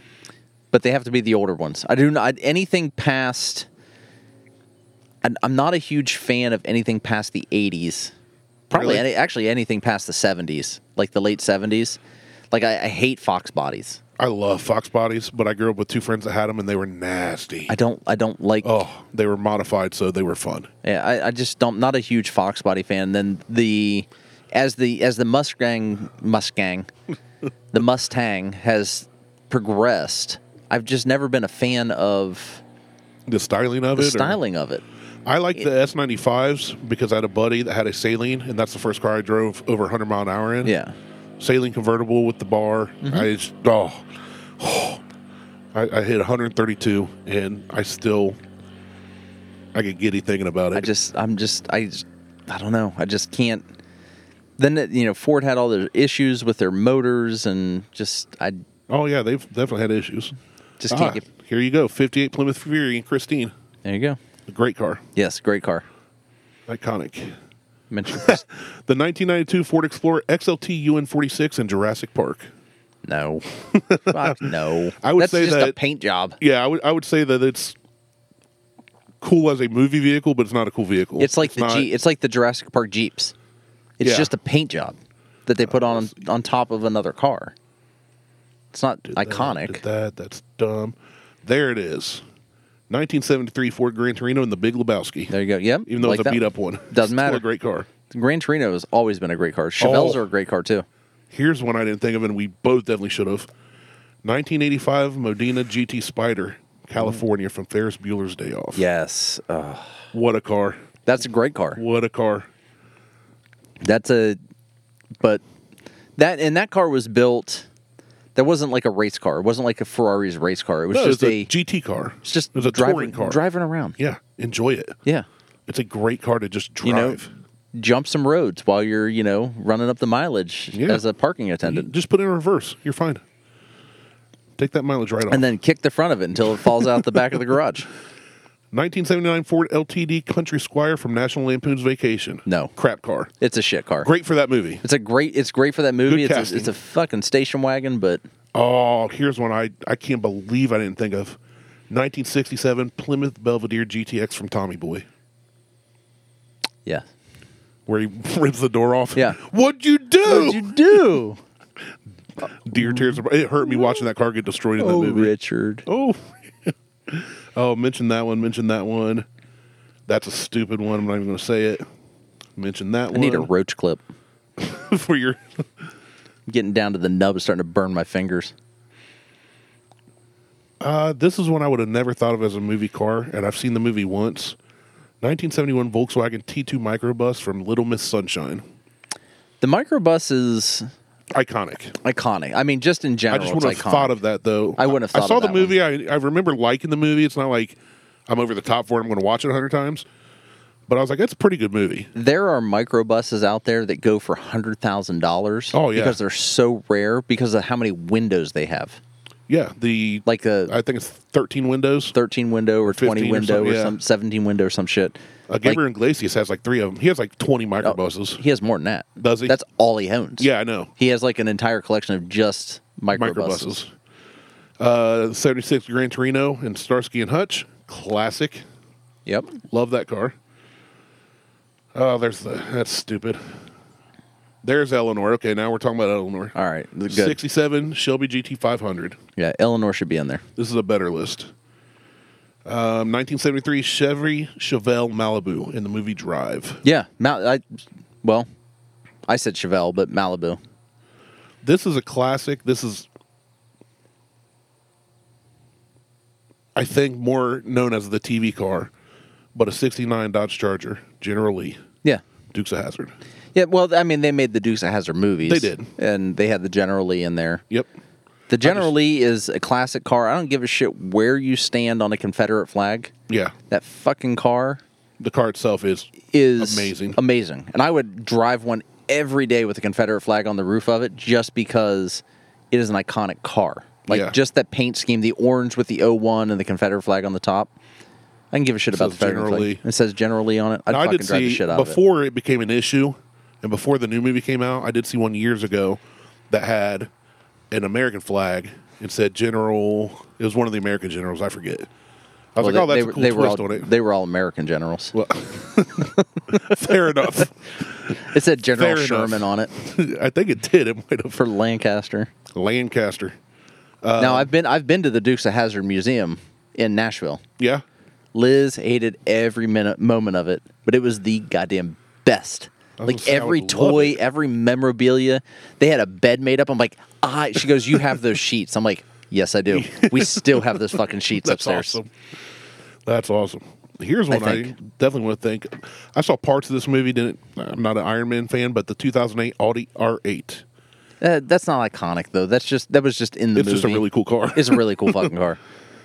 but they have to be the older ones. I do not anything past. I'm- I'm not a huge fan of anything past the '80s. Probably, Really? any, actually, anything past the '70s, like the late '70s. Like I, I hate Fox bodies. I love Fox bodies, but I grew up with two friends that had them, and they were nasty. I don't. I don't like. oh, they were modified, so they were fun. Yeah, I, I just don't. Not a huge Fox Body fan. Then the as the as the Mustang Mustang, the Mustang has progressed. I've just never been a fan of The styling of the it, or- styling of it. I like the S95s because I had a buddy that had a Saline, and that's the first car I drove over 100 mile an hour in. Yeah, Saline convertible with the bar. Mm-hmm. I just, oh, I, I hit 132, and I still, I get giddy thinking about it. I just I'm just I just I don't know. I just can't. Then it- you know Ford had all their issues with their motors and just I oh, yeah, they've definitely had issues. just can't Ah, get. Here you go 58 Plymouth Fury and Christine. There you go. A great car, Yes, great car. iconic. Mentioned The 1992 Ford Explorer XLT UN46 in Jurassic Park. no, Fuck no. I would That's say just a that- paint job. Yeah, I would I would say that it's cool as a movie vehicle, but it's not a cool vehicle. It's like the not- Jeep, it's like the Jurassic Park Jeeps. It's Yeah. just a paint job that they put on on top of another car. It's not iconic. That, that- that's dumb. There it is. 1973 Ford Gran Torino and the Big Lebowski. There you go. Yep. Even though Like it's a that. beat up one, Doesn't still matter. A great car. Gran Torino has always been a great car. Chevelles Oh. are a great car too. Here's one I didn't think of, and we both definitely should have. 1985 Modena GT Spider, California, from Ferris Bueller's Day Off. Yes, Uh, Ugh. What a car! that's a great car. What a car! That's a, but that and that car was built. That wasn't like a race car. It wasn't like a Ferrari's race car. It was No, just it's a, a, GT car. it's just it's a driving touring car. driving around. Yeah, enjoy it. Yeah. It's a great car to just drive. you know, jump some roads while you're, you know, running up the mileage Yeah. as a parking You attendant. Just put it in reverse. You're fine. Take that mileage right off. And then kick the front of it until it falls out the back of the garage. 1979 Ford LTD Country Squire from National Lampoon's Vacation. No. Crap car. It's a shit car. Great for that movie. It's a great it's great for that movie. Good It's a, casting. it's a fucking station wagon, but Oh, here's one I, I can't believe I didn't think of. 1967 Plymouth Belvedere GTX from Tommy Boy, yeah. where he rips the door off. Yeah. What'd you do? What'd you do? Dear tears. of- It hurt me watching that car get destroyed in that oh, movie. Richard. Oh. oh, mention that one. Mention that one. That's a stupid one. I'm not even going to say it. Mention that I one. need a roach clip. for your. I'm getting down to the nub is starting to burn my fingers. Uh, this is one I would have never thought of as a movie car, and I've seen the movie once. 1971 Volkswagen T2 microbus from Little Miss Sunshine. The microbus is Iconic. iconic. I mean, just in I general, just it's wouldn't have iconic. thought of that though. I wouldn't have thought I saw of the that movie. I, I remember liking the movie. It's not like I'm over the top for it. I'm going to watch it a hundred times. But I was like, that's a pretty good movie. there are microbuses out there that go for hundred thousand dollars. Oh, yeah. because they're so rare because of how many windows they have. Yeah, the Like a I think it's 13 windows. thirteen window or 15 twenty or window or, something, yeah. some seventeen window or some shit. Uh, Gabriel Iglesias has like three of them. He has like Oh. 20 microbuses. He has more than that. Does he? That's all he owns. Yeah, I know. He has like an entire collection of just microbuses. microbuses. Uh, 76 Gran Torino and Starsky and Hutch, classic. Yep. Love that car. Oh, there's the that's stupid. There's Eleanor. Okay, now we're talking about Eleanor. All right. Good. 67 Shelby GT500. Yeah. Eleanor should be in there. This is a better list. Um, 1973 Chevy Chevelle Malibu in the movie Drive. Yeah. Mal- I, well, I said Chevelle, but Malibu. This is a classic. This is, I think, more known as the TV car, but a 69 Dodge Charger, General Lee, Yeah. Dukes of Hazard. Yeah. Well, I mean, they made the Dukes of Hazard movies. They did. and they had the General Lee in there. Yep. The General Lee is a classic car. I don't give a shit where you stand on a Confederate flag. Yeah. That fucking car The car itself is is Amazing. amazing. And I would drive one every day with a Confederate flag on the roof of it just because it is an iconic car. Like Yeah. just that paint scheme, the orange with the 01 and the Confederate flag on the top. I can give a shit about the Says Confederate General flag. Lee. It says generally on it. I'd Now, I fucking did drive the see shit out of it. before it. became an issue, and before the new movie came out, I did see one years ago that had an American flag and said General. It was one of the American generals. I forget. I Well, was like, oh, they- that's they a cool were- they were twist all, on it. They were all American generals. well, fair enough. It said General Fair enough. Sherman on it I think it did. It might have for Lancaster. Lancaster. now I've been I've been to the Dukes of Hazard Museum in Nashville. Yeah, Liz hated every minute moment of it, but it was the goddamn best. I was gonna Like say, I every would love toy, it. every memorabilia. They had a bed made up. I'm like, ah. She goes, "You have those sheets." I'm like, "Yes, I do. We still have those fucking sheets that's upstairs." awesome. That's awesome. Here's one I, think. definitely want to think. I saw parts of this movie. Didn't I'm not an Iron Man fan, but the 2008 Audi R8. Uh, that's not iconic though. That's just that was just in the It's movie. just a really cool car. It's a really cool fucking car,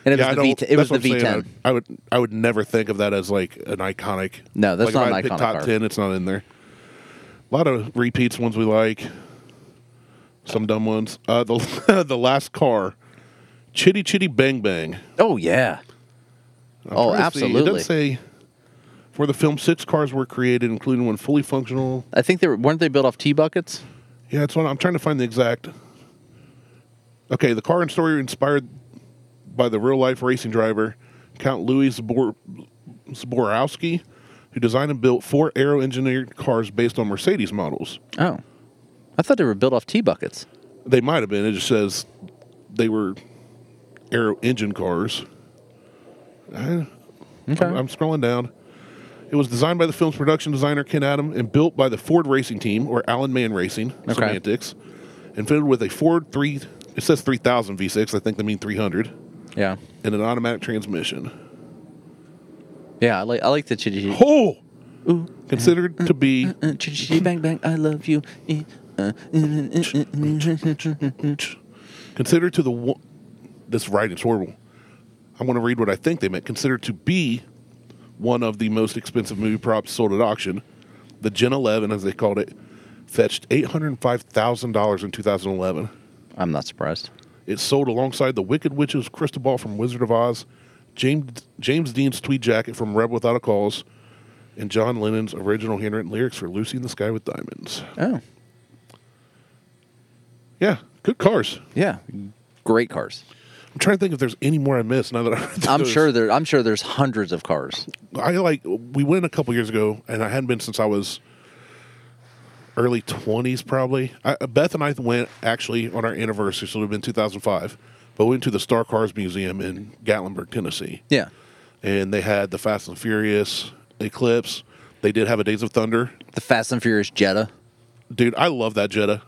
and it Yeah, I was the don't- V. It was that's the what I'm saying. V10. I, I would I would never think of that as like an iconic. No, that's like, not if an I had picked iconic Top car. ten, it's not in there. A lot of repeats, ones we like, some dumb ones. Uh, the the last car, Chitty Chitty Bang Bang. Oh yeah. I'm oh, trying to see. It absolutely. does say for the film, six cars were created, including one fully functional. I think they were, weren't they built off tea buckets. Yeah, it's one. I'm trying to find the exact. Okay, the car and story were inspired by the real life racing driver Count Louis Zbor- Zborowski, who designed and built four aero engineered cars based on Mercedes models. Oh, I thought they were built off tea buckets. They might have been. It just says they were aero engine cars. I- Okay. I'm, I'm scrolling down. It was designed by the film's production designer Ken Adam and built by the Ford Racing Team or Alan Mann Racing Okay. semantics, and fitted with a Ford three. It says three thousand V6. I think they mean three hundred yeah. and an automatic transmission. Yeah, I like I like the chitty chitty. Oh, considered to be Uh, chitty chitty bang bang, I love you. Eh, uh, mm, mm, mm, mm, mm, mm. considered to the wo- this writing's horrible. I want to read what I think they meant. Considered to be one of the most expensive movie props sold at auction, the Gen 11, as they called it, fetched eight hundred five thousand dollars in two thousand eleven. I'm not surprised. It sold alongside the Wicked Witch's crystal ball from Wizard of Oz, James James Dean's tweed jacket from Rebel Without a Cause, and John Lennon's original handwritten lyrics for "Lucy in the Sky with Diamonds." Oh, Yeah, good cars. yeah, great cars. I'm trying to think if there's any more I missed. Now that I read I'm those. sure there. I'm sure there's hundreds of cars. I like we went a couple years ago, and I hadn't been since I was early 20s probably. I, Beth and I went actually on our anniversary, so it would have been 2005. But we went to the Star Cars Museum in Gatlinburg, Tennessee. Yeah, and they had the Fast and Furious Eclipse. They did have a Days of Thunder. the Fast and Furious Jetta. Dude, I love that Jetta.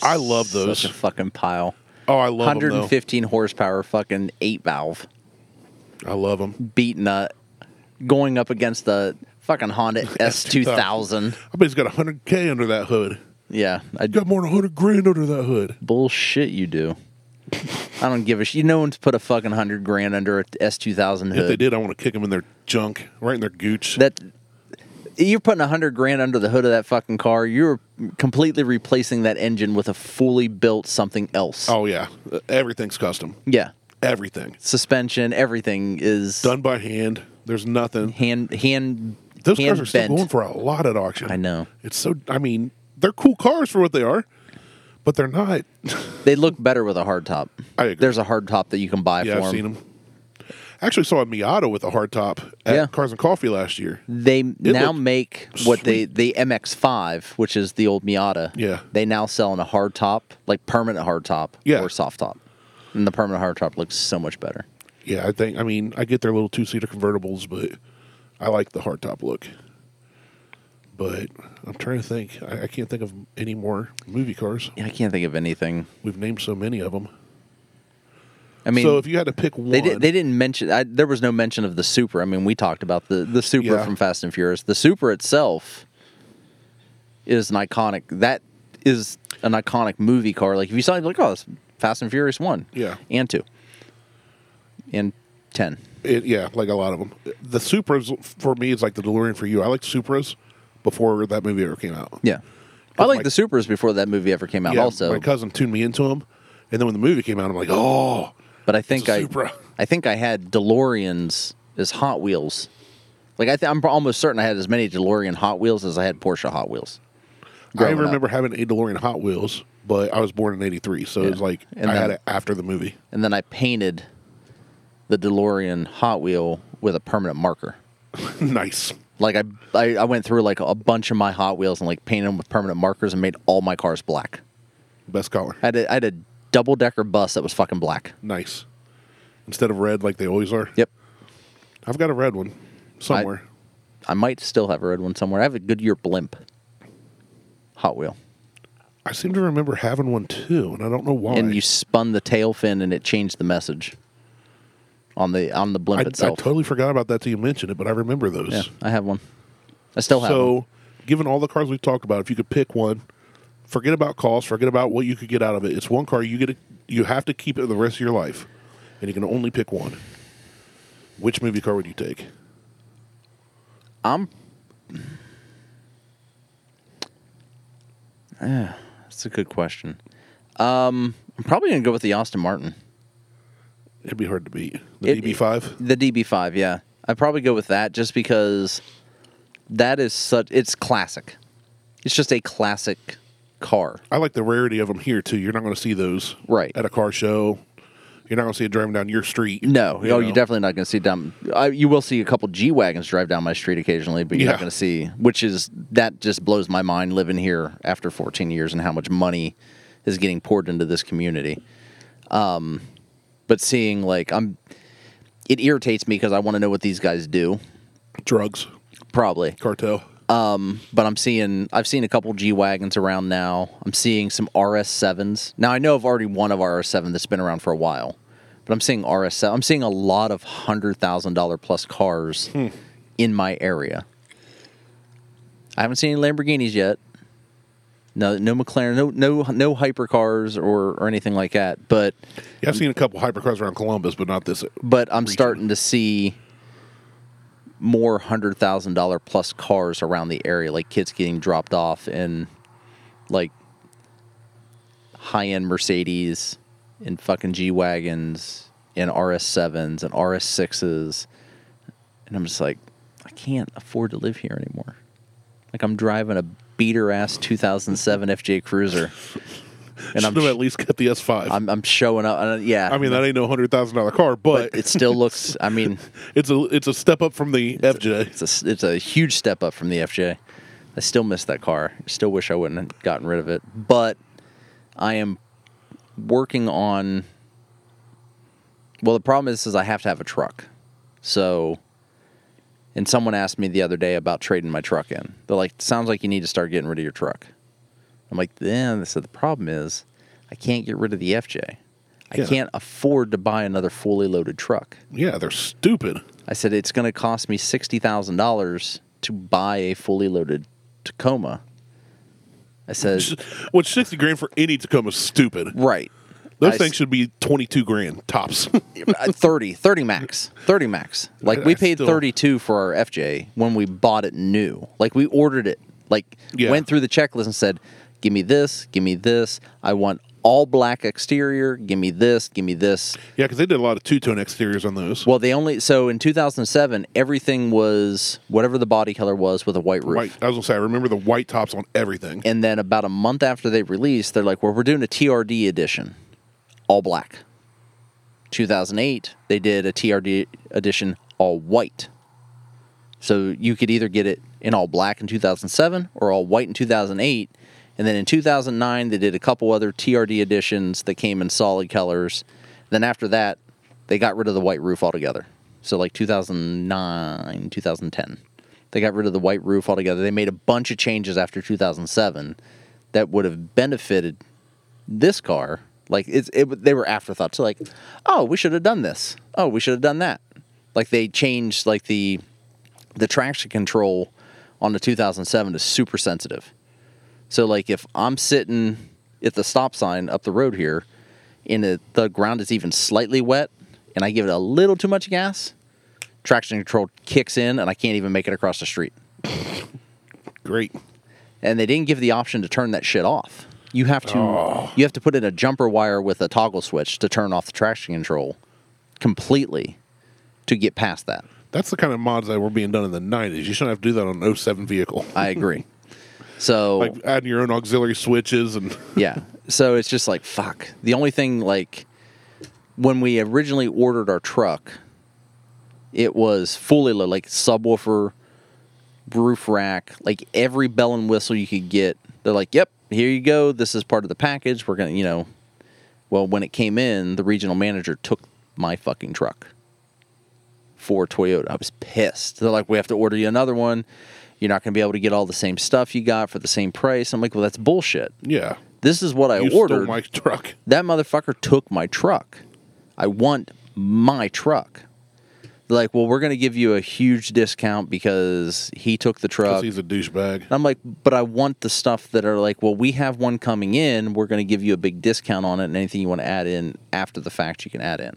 I love those. Such a fucking pile. oh, I love them. though. 115 horsepower, fucking eight valve, I love them. beating up, going up against the fucking Honda S2000. I bet he's got 100K under that hood. Yeah, I Got more than 100 grand under that hood. bullshit you do. I don't give a shit. No one's put a fucking hundred grand under a S2000 hood. If they did, I want to kick them in their junk, right in their gooch. that you're putting a hundred grand under the hood of that fucking car. You're completely replacing that engine with a fully built something else. oh, yeah. Everything's custom. yeah, Everything. suspension, everything is Done by hand. There's nothing. hand hand. Those hand cars are still bent. going for a lot at auction. I know. It's so, I mean, they're cool cars for what they are, but they're not. They look better with a hard top. I agree. There's a hard top that you can buy Yeah, for I've them. seen them. Actually, saw a Miata with a hard top at Yeah. Cars and Coffee last year. They now looked make what they the MX5, which is the old Miata. Yeah. They now sell in a hard top, like permanent hard top Yeah. or soft top. And the permanent hard top looks so much better. Yeah, I think. I mean, I get their little two seater convertibles, but I like the hard top look. But I'm trying to think. I, I can't think of any more movie cars. Yeah, I can't think of anything. We've named so many of them. I mean, so if you had to pick one, They, did, they didn't mention. I, there was no mention of the Super. I mean, we talked about the the Super Yeah. from Fast and Furious. The Super itself is an iconic. That is an iconic movie car. Like if you saw, it, you'd be like, oh, it's Fast and Furious one, Yeah. and two, and ten. It, yeah, like a lot of them. The Supras for me is like the DeLorean for you. I liked Supras before that movie ever came out. Yeah, I like my- the Supers before that movie ever came out. Yeah, also, my cousin tuned me into them, and then when the movie came out, I'm like, oh, but I think a I, Supra. I think I had DeLoreans as Hot Wheels. Like I th- I'm almost certain I had as many DeLorean Hot Wheels as I had Porsche Hot Wheels. I growing up. remember having a DeLorean Hot Wheels, but I was born in '83, so it was like And I had then- it after the movie. and then I painted the DeLorean Hot Wheel with a permanent marker. nice. Like I, I, I went through like a bunch of my Hot Wheels and like painted them with permanent markers and made all my cars black. Best color. I had a, I had a double decker bus that was fucking black. Nice. Instead of red like they always are. Yep, I've got a red one somewhere. I might still have a red one somewhere. I have a Goodyear blimp Hot Wheel, I, seem to remember having one too, and I don't know why. and you spun the tail fin and it changed the message on the on the I, I blimp itself. totally forgot about that till you mentioned it, but I remember those. yeah, I have one. I still have. so, one. given all the cars we've talked about, if you could pick one, forget about cost, forget about what you could get out of it. It's one car you get. To, you have to keep it the rest of your life, and you can only pick one. Which movie car would you take? I'm. Yeah, that's a good question. Um, I'm probably gonna go with the Austin Martin, It'd be hard to beat. The It- DB5. the DB5. Yeah, I'd probably go with that just because that is such. It's classic. It's just a classic car. I like the rarity of them here too. You're not going to see those Right. at a car show. You're not going to see it driving down your street. No, you oh, know? you're definitely not going to see down. I, you will see a couple G wagons drive down my street occasionally, but you're Yeah. not going to see. Which is that just blows my mind living here after 14 years and how much money is getting poured into this community. Um, but seeing like I'm, it irritates me because I want to know what these guys do. drugs Probably, cartel. but I'm seeing I've seen a couple G wagons around now. I'm seeing some RS sevens. Now I know I've already one of RS seven that's been around for a while, but I'm seeing RS. 7 I'm seeing a lot of hundred thousand dollar plus cars in my area. I haven't seen any Lamborghinis yet. No, no McLaren, no, no, no hypercars or or anything like that. But Yeah, I've seen a couple hypercars around Columbus, but not this. but I'm starting to see more hundred thousand dollar plus cars around the area, like kids getting dropped off in like high end Mercedes and fucking G wagons and RS sevens and RS sixes, and I'm just like, I can't afford to live here anymore. Like I'm driving a beater ass 2007 FJ Cruiser, and I'm Should have at least got the S5. I'm, I'm showing up. uh, yeah, I mean, that ain't no hundred thousand dollar car, but, it still looks. I mean. it's a it's a step up from the FJ. It's a, it's a huge step up from the FJ. I still miss that car. Still wish I wouldn't have gotten rid of it. But I am working on. Well, the problem is, is I have to have a truck. So, and someone asked me the other day about trading my truck in. They're like, "Sounds like you need to start getting rid of your truck." I'm like, "Then," they said, "The problem is, I can't get rid of the FJ. I Yeah. can't afford to buy another fully loaded truck." Yeah, they're stupid. I said it's going to cost me sixty thousand dollars to buy a fully loaded Tacoma. I said, Which sixty grand for any Tacoma is stupid. right, Those I things s- should be twenty two grand tops. uh, 30, 30 max, thirty max. Like we I paid still- thirty two for our FJ when we bought it new. Like we ordered it, like Yeah. went through the checklist and said, give me this, give me this. I want all black exterior. Give me this, give me this. yeah, because they did a lot of two tone exteriors on those. Well, they only so in two thousand seven, everything was whatever the body color was with a white roof. White, I was gonna say, I remember the white tops on everything. and then about a month after they released, they're like, "Well, we're doing a TRD edition, all black." 2008, they did a TRD edition all white. So you could either get it in all black in 2007 or all white in 2008. And then in 2009, they did a couple other TRD editions that came in solid colors. Then after that, they got rid of the white roof altogether. So like 2009, 2010, they got rid of the white roof altogether. They made a bunch of changes after 2007 that would have benefited this car. Like it's it, they were afterthoughts. Like, oh, we should have done this. Oh, we should have done that. Like they changed like the the traction control on the 2007 is super sensitive. So like if I'm sitting at the stop sign up the road here and the, the ground is even slightly wet and I give it a little too much gas, traction control kicks in and I can't even make it across the street. Great. And they didn't give the option to turn that shit off. You have to you have to put in a jumper wire with a toggle switch to turn off the traction control completely to get past that. That's the kind of mods that were being done in the 90s. You shouldn't have to do that on an 07 vehicle. I agree. So like adding your own auxiliary switches and yeah. So it's just like fuck. The only thing like when we originally ordered our truck, it was fully loaded, like subwoofer, roof rack, like every bell and whistle you could get. They're like, "Yep, here you go. This is part of the package. We're going to, you know." Well, when it came in, the regional manager took my fucking truck for Toyota. I was pissed. They're like, "We have to order you another one. You're not going to be able to get all the same stuff you got for the same price." I'm like, "Well, that's bullshit. yeah. This is what I You ordered." stole my truck. That motherfucker took my truck. I want my truck. They're like, well, we're going to give you a huge discount because he took the truck. Because he's a douchebag. And I'm like, but I want the stuff that are like, well, we have one coming in. We're going to give you a big discount on it, and anything you want to add in after the fact, you can add in.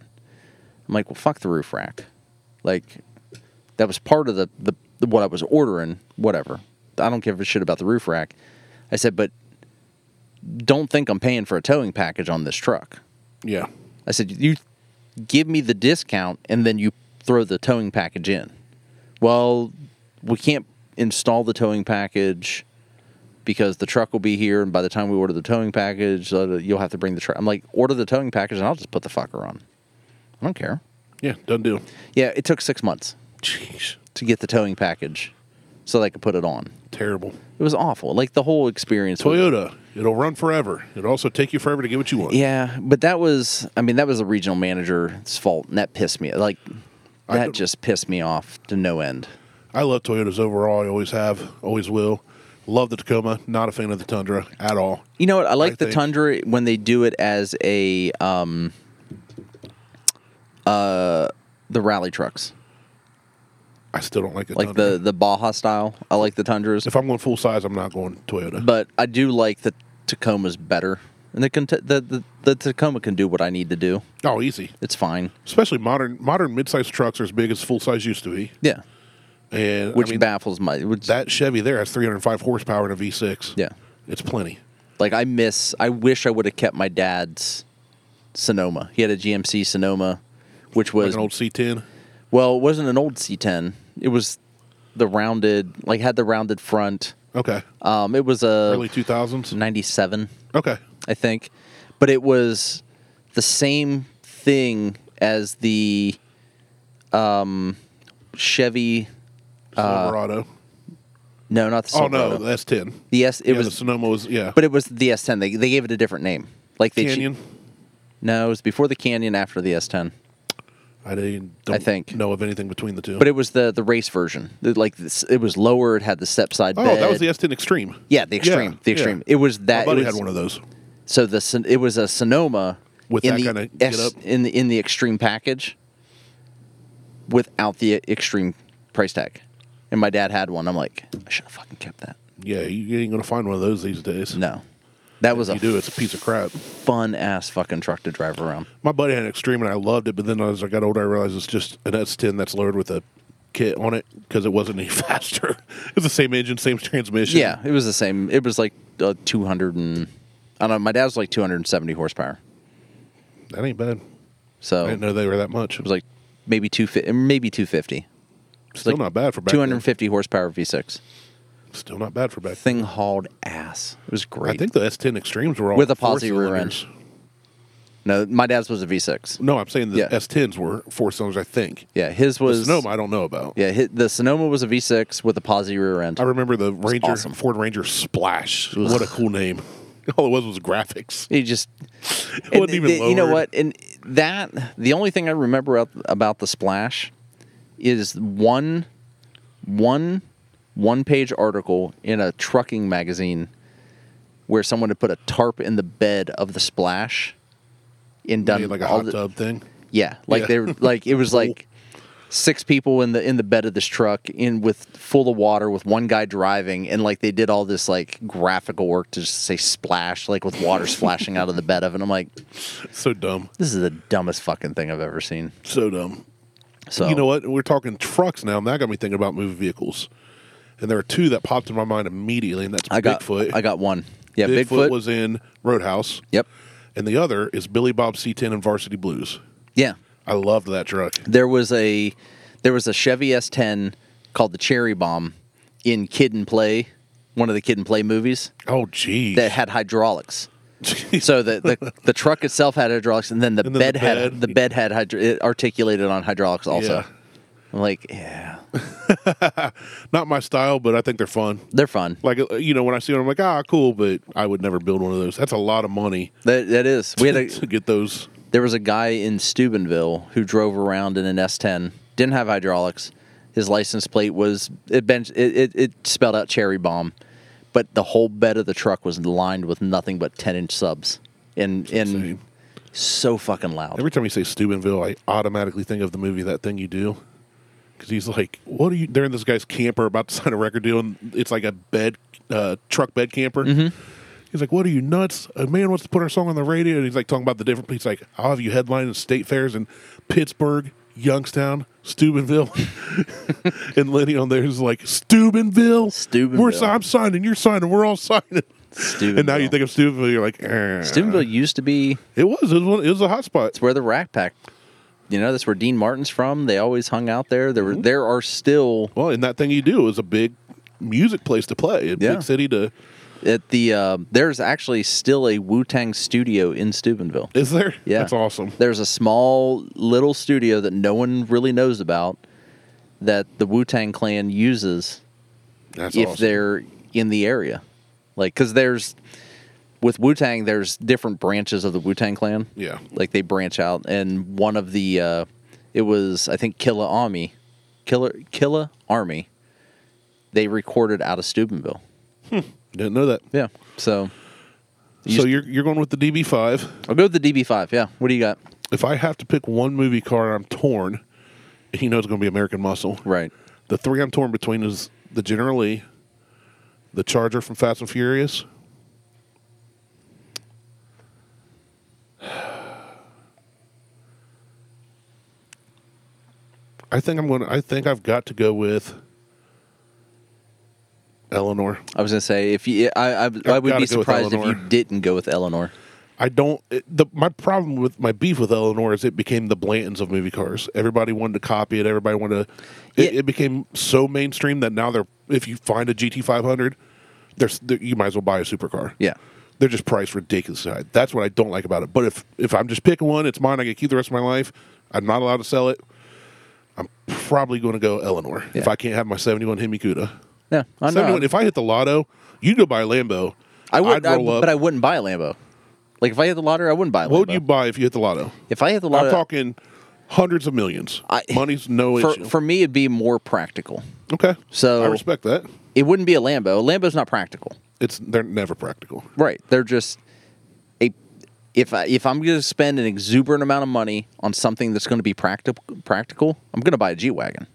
I'm like, well, fuck the roof rack. Like, that was part of the, the, the what I was ordering. Whatever. I don't give a shit about the roof rack. I said, but don't think I'm paying for a towing package on this truck. Yeah. I said, "You give me the discount, and then you throw the towing package in." Well, we can't install the towing package because the truck will be here, and by the time we order the towing package, uh, you'll have to bring the truck. I'm like, order the towing package, and I'll just put the fucker on. I don't care. Yeah. Done deal. Yeah, it took six months Jeez. to get the towing package so they could put it on. Terrible. It was awful. Like the whole experience. was- Toyota. It'll run forever. It'll also take you forever to get what you want. Yeah, but that was, I mean, that was the regional manager's fault, and that pissed me. Like, I that don't- just pissed me off to no end. I love Toyotas overall. I always have. Always will. Love the Tacoma. Not a fan of the Tundra at all. You know what? I like the think- Tundra when they do it as a, um, uh, the rally trucks, I still don't like the like Tundra. the the Baja style. I like the Tundras, if I'm going full size, I'm not going Toyota. but I do like the Tacomas better, and the Cont- the, the the Tacoma can do what I need to do. oh, easy. It's fine. Especially modern modern midsize trucks are as big as full size used to be. Yeah, And which I mean, baffles my which, that Chevy there has 305 horsepower in a V6. Yeah. It's plenty. Like I miss. I wish I would have kept my dad's Sonoma. He had a GMC Sonoma, which Like was an old C10. well, it wasn't an old C10. It was the rounded, like had the rounded front. Okay. Um, it was a Early 2000s. '97, Okay. I think, but it was the same thing as the um, Chevy. Silverado. No, not the. oh, Uh, Silverado. no. That's 10. the S. It yeah, the was, Sonoma was, yeah. but it was the S10. They they gave it a different name. Like they ch- Canyon. no, it was before the Canyon, after the S10. I didn't don't I think. know of anything between the two. But it was the the race version. The- Like this, it was lower. It had the step side oh, bed. that was the S10 Extreme. yeah, the extreme, Yeah, the yeah. extreme. It was My that. buddy it was, had one of those. So the Son- it was a Sonoma With in that the kinda get S- up? in the in the extreme package without the extreme price tag. And my dad had one. I'm like, I should have fucking kept that. Yeah, you ain't gonna find one of those these days. No, that was you a do. It's a piece of crap. fun ass fucking truck to drive around. My buddy had an Extreme, and I loved it. But then as I got older, I realized it's just an S10 that's loaded with a kit on it because it wasn't any faster. it's the same engine, same transmission. Yeah, it was the same. It was like uh, 200 and I don't know. My dad was like 270 horsepower. that ain't bad. So I didn't know they were that much. Oh. It was like maybe two fifty, maybe two fifty. still like not bad for back. Two then. hundred and fifty horsepower V six. Still not bad for back. then. Thing hauled ass. It was great. I think the S10 Extremes were all With a four posi rear end. cylinders. no, my dad's was a V six. No, I'm saying the Yeah. S10s were four cylinders. I think. Yeah, his was Sonoma, I don't know about. Yeah, hi the Sonoma was a V six with a posi rear end. I remember the Ranger awesome. Ford Ranger Splash. What a cool name! All it was was graphics. He just It wasn't even the- You know lowered. what? And that the only thing I remember ab- about the splash is one, one, one page article in a trucking magazine where someone had put a tarp in the bed of the splash and done Made like a all hot the- tub thing. Yeah, like Yeah. they were like it was like six people in the in the bed of this truck in with full of water with one guy driving and like they did all this like graphical work to just say splash like with water splashing out of the bed of it. And I'm like, So dumb. this is the dumbest fucking thing I've ever seen. So dumb. So You know what? We're talking trucks now, and that got me thinking about moving vehicles. And there are two that popped in my mind immediately, and that's I got Bigfoot. I got one. Yeah, Bigfoot, Bigfoot, was in Roadhouse. Yep. And the other is Billy Bob C10 and Varsity Blues. Yeah. I loved that truck. There was a there was a Chevy S10 called the Cherry Bomb in Kid and Play, one of the Kid and Play movies Oh, geez. that had hydraulics. So the, the the truck itself had hydraulics, and then the And then bed the had bed. the bed had hydra- it articulated on hydraulics also. Yeah. I'm like, yeah, Not my style, but I think they're fun. they're fun. Like, uh, you know, when I see them, I'm like, ah, cool, but I would never build one of those. That's a lot of money That that is. We had a to get those. there was a guy in Steubenville who drove around in an S10, didn't have hydraulics. His license plate was it bench it, it, it spelled out cherry bomb, but the whole bed of the truck was lined with nothing but ten inch subs, and and insane. so fucking loud. Every time you say Steubenville, I automatically think of the movie That Thing You Do. Because he's like, what are you? They're in this guy's camper about to sign a record deal, and it's like a bed, uh, truck bed camper. Mm-hmm. He's like, what are you nuts? A man wants to put our song on the radio. And he's like, talking about the different, he's like, I'll have you headline in state fairs in Pittsburgh, Youngstown, Steubenville. and Lenny on there is like, Steubenville? Steubenville. We're, si- I'm signing, you're signing, we're all signing. Steubenville. And now you think of Steubenville, you're like, eh. Steubenville used to be It was, it was, one- it was a hot spot. it's where the Rack Pack, you know, that's where Dean Martin's from. They always hung out there. There were Mm-hmm. there are still Well, and that thing you do is a big music place to play, a Yeah. big city to. at the uh, there's actually still a Wu Tang studio in Steubenville. Is there? Yeah. that's awesome. There's a small little studio that no one really knows about that the Wu Tang Clan uses That's if awesome. they're in the area. Like, because there's, with Wu Tang, there's different branches of the Wu Tang Clan. Yeah. Like, they branch out. And one of the, uh, it was, I think, Killa Army. Killer, Killa Army. They recorded out of Steubenville. Didn't know that. Yeah. So so you're you're going with the DB5. I'll go with the DB5. Yeah. What do you got? If I have to pick one movie car, and I'm torn. He knows it's going to be American Muscle. Right. The three I'm torn between is the General Lee, the Charger from Fast and Furious, I think I'm going. to I think I've got to go with Eleanor. I was gonna say if you, I, I, I would gotta be go with surprised if you Eleanor. didn't go with Eleanor. I don't. It, the, my problem with my beef with Eleanor is it became the Blantons of movie cars. Everybody wanted to copy it. Everybody wanted to. It, Yeah. it became so mainstream that now they're. If you find a GT 500, there's there, you might as well buy a supercar. Yeah, they're just priced ridiculous high. That's what I don't like about it. But if if I'm just picking one, it's mine. I can keep the rest of my life. I'm not allowed to sell it. I'm probably going to go Eleanor if Yeah. I can't have my 71 Hemi Cuda. yeah. I know. 71. If I hit the lotto, you go buy a Lambo. I would, I'd I, roll up. but I wouldn't buy a Lambo. Like if I hit the lottery, I wouldn't buy a Lambo. what would you buy if you hit the lotto? if I hit the I'm lottery, talking hundreds of millions. uh, I- Money's no for, issue. for me, it'd be more practical. okay, So- I respect that. It wouldn't be a Lambo. A Lambo's not practical. It's they're never practical. Right. They're just a. If I, if I'm going to spend an exuberant amount of money on something that's going to be practical, practical, I'm going to buy a G wagon.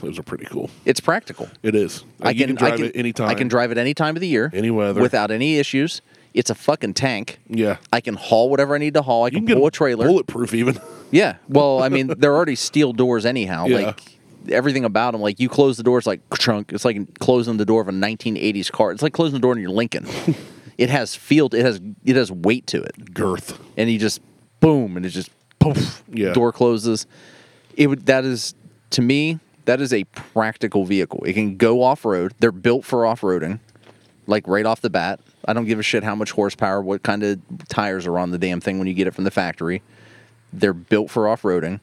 Those are pretty cool. It's practical. It is. I Uh, you can, drive I can, it anytime. I can drive it any time of the year, Any weather. without any issues. It's a fucking tank. Yeah, I can haul whatever I need to haul. I you can, pull a trailer. bulletproof even. Yeah. Well, I mean, they're already steel doors anyhow. Yeah. Like everything about them, like you close the doors like trunk. It's like closing the door of a 1980s car. It's like closing the door in your Lincoln. it has field. It has it has weight to it, Girth. and you just boom, and it just poof. Yeah. Door closes. It would that is to me that is a practical vehicle. It can go off road. They're built for off roading. Like right off the bat, I don't give a shit how much horsepower, what kind of tires are on the damn thing when you get it from the factory. They're built for off roading.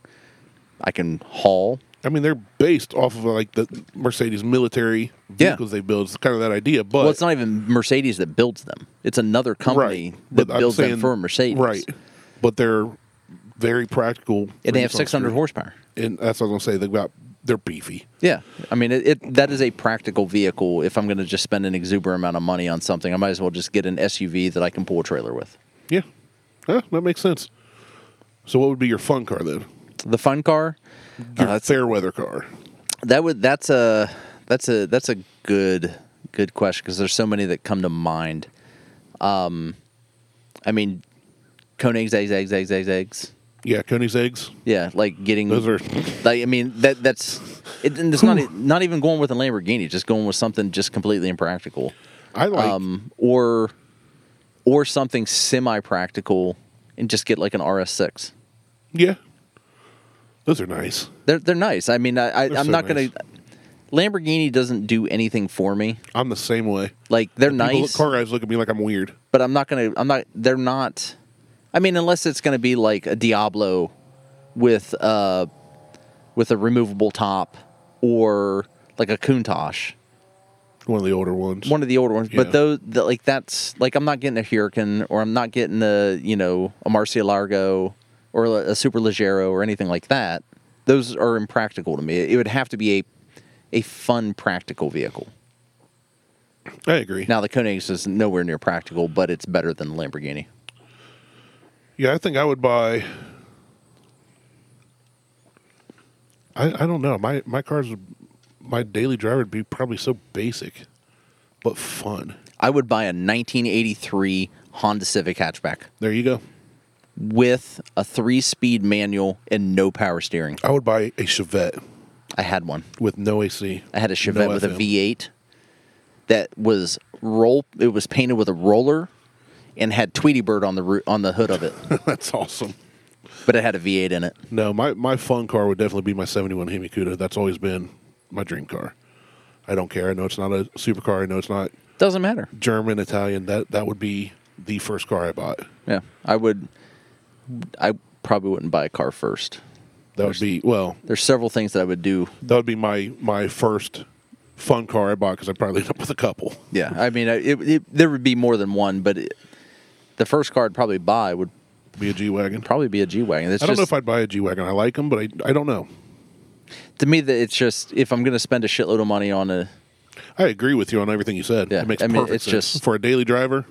I can haul. I mean, they're based off of like the Mercedes military Yeah. vehicles they build. It's kind of that idea, but Well, it's not even Mercedes that builds them. It's another company that I'm builds saying- them for Mercedes. right? But they're very practical, And they have produced on 600 street. horsepower. And that's what I'm gonna say. They got they're beefy. Yeah, I mean, it, it that is a practical vehicle. If I'm going to just spend an exuberant amount of money on something, I might as well just get an SUV that I can pull a trailer with. Yeah, yeah, that makes sense. So, what would be your fun car then? the fun car. Uh, Your fair weather car. That would that's a that's a that's a good good question because there's so many that come to mind. Um, I mean, Koenig's eggs, eggs, eggs, eggs, eggs. Yeah, Koenig's eggs. Yeah, like getting Those are like I mean that that's it, and it's not e- not even going with a Lamborghini, just going with something just completely impractical, I like um, or or something semi practical, and just get like an RS6. yeah. Those are nice. They're they're nice. I mean, I, I I'm They're so not gonna. nice. Lamborghini doesn't do anything for me. I'm the same way. Like they're People nice, look, car guys look at me like I'm weird. but I'm not gonna. I'm not. They're not. I mean, unless it's gonna be like a Diablo with uh with a removable top or like a Countach. One of the older ones. one of the older ones. Yeah. But though, the, like that's like I'm not getting a Hurricane or I'm not getting a you know a Marcia Largo or a, a Super Leggero or anything like that. Those are impractical to me. It would have to be a a fun practical vehicle. I agree. Now the Koenigs is nowhere near practical, but it's better than the Lamborghini. Yeah, I think I would buy. I I don't know. My my cars, would- my daily driver would be probably so basic, but fun. I would buy a 1983 Honda Civic hatchback There you go. with a three-speed manual and no power steering. I would buy a Chevette I had one. with no AC. I had a Chevette No with a FM. V8 that was roll. It was painted with a roller and had Tweety Bird on the roo- on the hood of it, That's awesome. but it had a V8 in it. No, my my fun car would definitely be my '71 Hemi Cuda. That's always been my dream car. I don't care. I know it's not a supercar. I know it's not Doesn't matter. German, Italian. That that would be the first car I bought. Yeah, I would. I probably wouldn't buy a car first. That would be well. There's several things that I would do. That would be my my first fun car I bought because I probably end up with a couple. Yeah, I mean, I- it, it, there would be more than one, but it, the first car I'd probably buy would Be a G wagon. probably be a G wagon. I don't know if I'd buy a G wagon. I like them, but I I don't know. to me that it's just if I'm going to spend a shitload of money on a I agree with you on everything you said. Yeah, it makes I mean, perfect it's sense just- for a daily driver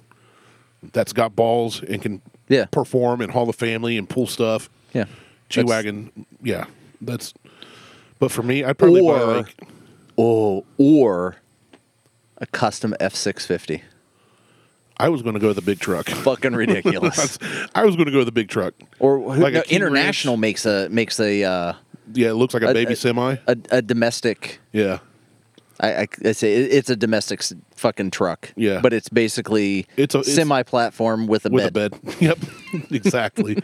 that's got balls and can Yeah. perform and haul the family and pull stuff. yeah G wagon. Yeah, that's. But for me, I'd probably buy Or- like Oh, or a custom F six fifty. I was going to go with the big truck. Fucking ridiculous. I was going to go with the big truck. or who, Like a no, King international makes a makes a uh, Yeah, it looks like a A- baby a- semi. a, a domestic. yeah, I, I, I say it- it's a domestic s- fucking truck. Yeah. but it's basically it's It's a- a it's- semi platform with a with bed. a bed. Yep, exactly.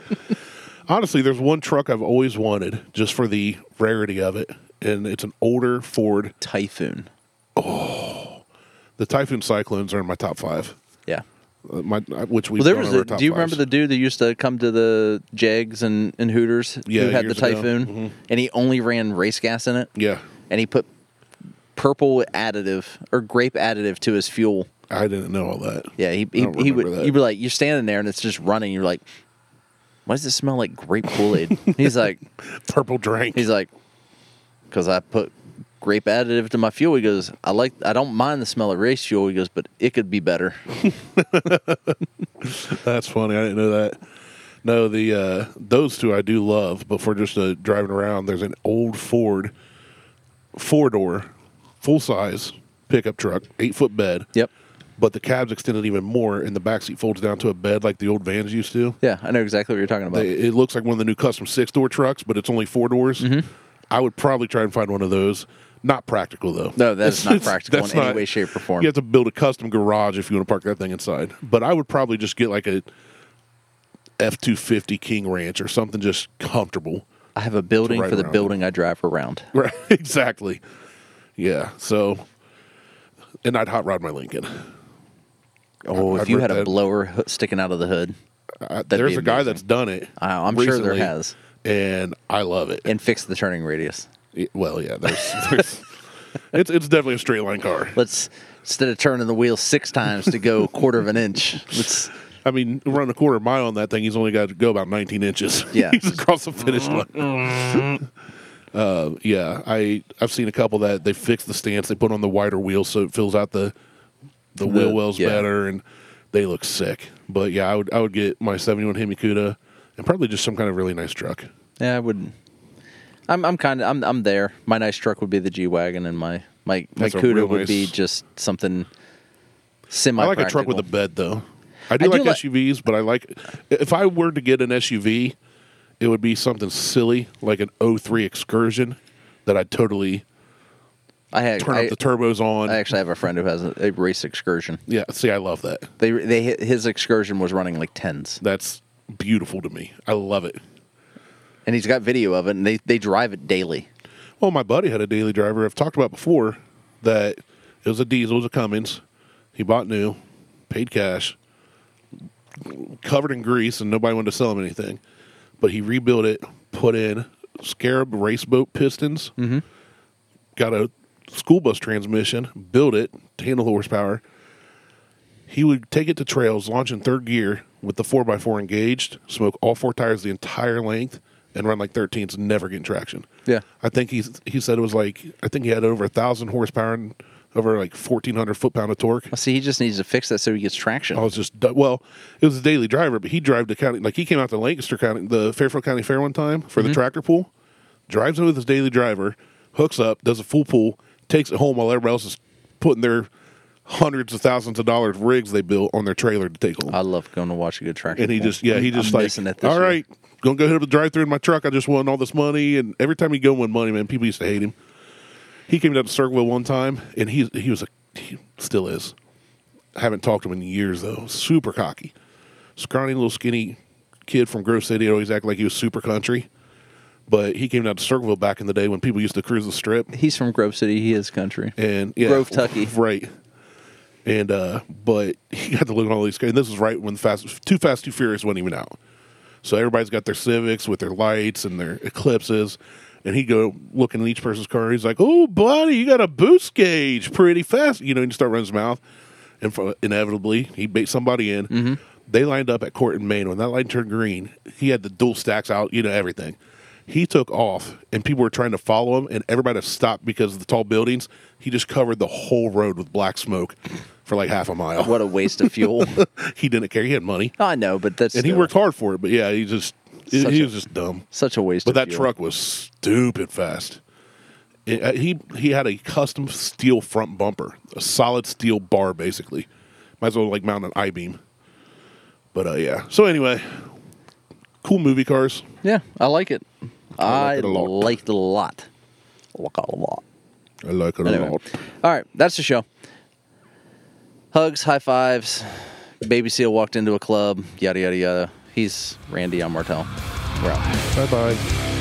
Honestly, there's one truck I've always wanted just for the rarity of it, and it's an older Ford. Typhoon. The Typhoon Cyclones are in my top five. Yeah. Uh, My uh, which we Well, there was a. Do you remember the dude that used to come to the Jags and, and Hooters Yeah, who had the years ago. Mm-hmm. Typhoon, and he only ran race gas in it, yeah? and he put purple additive or grape additive to his fuel. I didn't know all that. Yeah, he I he, don't he remember would. that. You'd be like, you're standing there and it's just running. You're like, why does it smell like grape Kool Aid? he's like, Purple drink. he's like, because I put grape additive to my fuel. He goes, I like, I don't mind the smell of race fuel. He goes, but it could be better. That's funny. I didn't know that. No, the uh, those two I do love, but for just uh, driving around, there's an old Ford four door, full size pickup truck, eight foot bed. Yep. But the cab's extended even more, and the backseat folds down to a bed like the old vans used to. Yeah, I know exactly what you're talking about. They- it looks like one of the new custom six door trucks, but it's only four doors. Mm-hmm. I would probably try and find one of those. Not practical though. no, that is not It's- practical in that's any not- way, shape, or form. You have to build a custom garage if you want to park that thing inside. But I would probably just get like a F two fifty King Ranch or something just comfortable. I have a building right for the around. building I drive around. Right. exactly. Yeah. So and I'd hot rod my Lincoln. Oh, I- if I've you heard had a that. blower ho- sticking out of the hood, I, be there's a guy amazing. that's done it. I- I'm sure there recently, has. And I love it. and fix the turning radius. Y- Well, yeah, there's, there's it's it's definitely a straight line car. Let's instead of turning the wheel six times to go quarter of an inch. Let's I mean, run a quarter mile on that thing, he's only got to go about 19 inches. Yeah. he's across the finish line. uh, yeah, I I've seen a couple that they fix the stance, they put on the wider wheels so it fills out the the, wheel wells yeah. better, and they look sick. But yeah, I would I would get my 71 Hemi Cuda and probably just some kind of really nice truck. Yeah, I would. I'm I'm kind of I'm I'm there. My nice truck would be the G wagon, and my my my That's a Cuda real would be nice- just something semi. I like a truck with a bed though. I do I do like like- SUVs, but I like if I were to get an SUV, it would be something silly like an 03 Excursion that I'd totally I had turn I, up the turbos on. I actually have a friend who has a, a race excursion. yeah, see, I love that. They they his excursion was running like tens, That's beautiful to me. I love it. and he's got video of it, and they they drive it daily. Well, my buddy had a daily driver. I've talked about before that it was a diesel, it was a Cummins. He bought new, paid cash, covered in grease, and nobody wanted to sell him anything. But he rebuilt it, put in Scarab race boat pistons, got a school bus transmission, built it to handle the horsepower. He would take it to trails, launch in third gear with the 4x4 engaged, smoke all four tires the entire length, and run like 13s, never getting traction. Yeah. I think he he said it was like I think he had over a thousand horsepower and over like fourteen hundred foot pound of torque. Well, see, he just needs to fix that so he gets traction. I was just du- well, it was a daily driver, but he drove to county like he came out to Lancaster County, the Fairfield County Fair one time for the tractor pool. Drives in with his daily driver, hooks up, does a full pool, takes it home while everybody else is putting their hundreds of thousands of dollars rigs they built on their trailer to take home. I love going to watch a good traction. And he pull. just, yeah, he I'm just like, missing it this all year." right, gonna go hit up the drive through in my truck. I just won all this money, and every time he go win money, man, people used to hate him. He came down to Circleville one time, and he he was a he still is. I haven't talked to him in years though. Super cocky, scrawny little skinny kid from Grove City. Always acted like he was super country, but he came down to Circleville back in the day when people used to cruise the strip He's from Grove City. He is country. and yeah, Grove, Tucky. right? And uh, but he got to look at all these. And this was right when Fast Too Fast Too Furious went even out, so everybody's got their Civics with their lights and their Eclipses, and he go looking at each person's car. He's like, "Oh, buddy, you got a boost gauge pretty fast," you know, and he start running his mouth, and for, inevitably he bait somebody in. They lined up at Court in Maine. When that light turned green, he had the dual stacks out, you know, everything he took off and people were trying to follow him and everybody stopped because of the tall buildings he just covered the whole road with black smoke for like half a mile What a waste of fuel. he didn't care he had money I know, but that's and he still worked hard for it but yeah he just Such he a- was just dumb such a waste. but of that fuel. truck was stupid fast It- uh, he he had a custom steel front bumper a solid steel bar basically might as well like mount an i-beam but uh yeah so anyway cool movie cars Yeah, I like it. I like it a lot. liked it a lot. Like a lot. i like it Anyway. a All lot right, that's the show. Hugs, high fives. Baby Seal walked into a club. Yada yada yada. He's Randy. I'm Martel. We're out. bye bye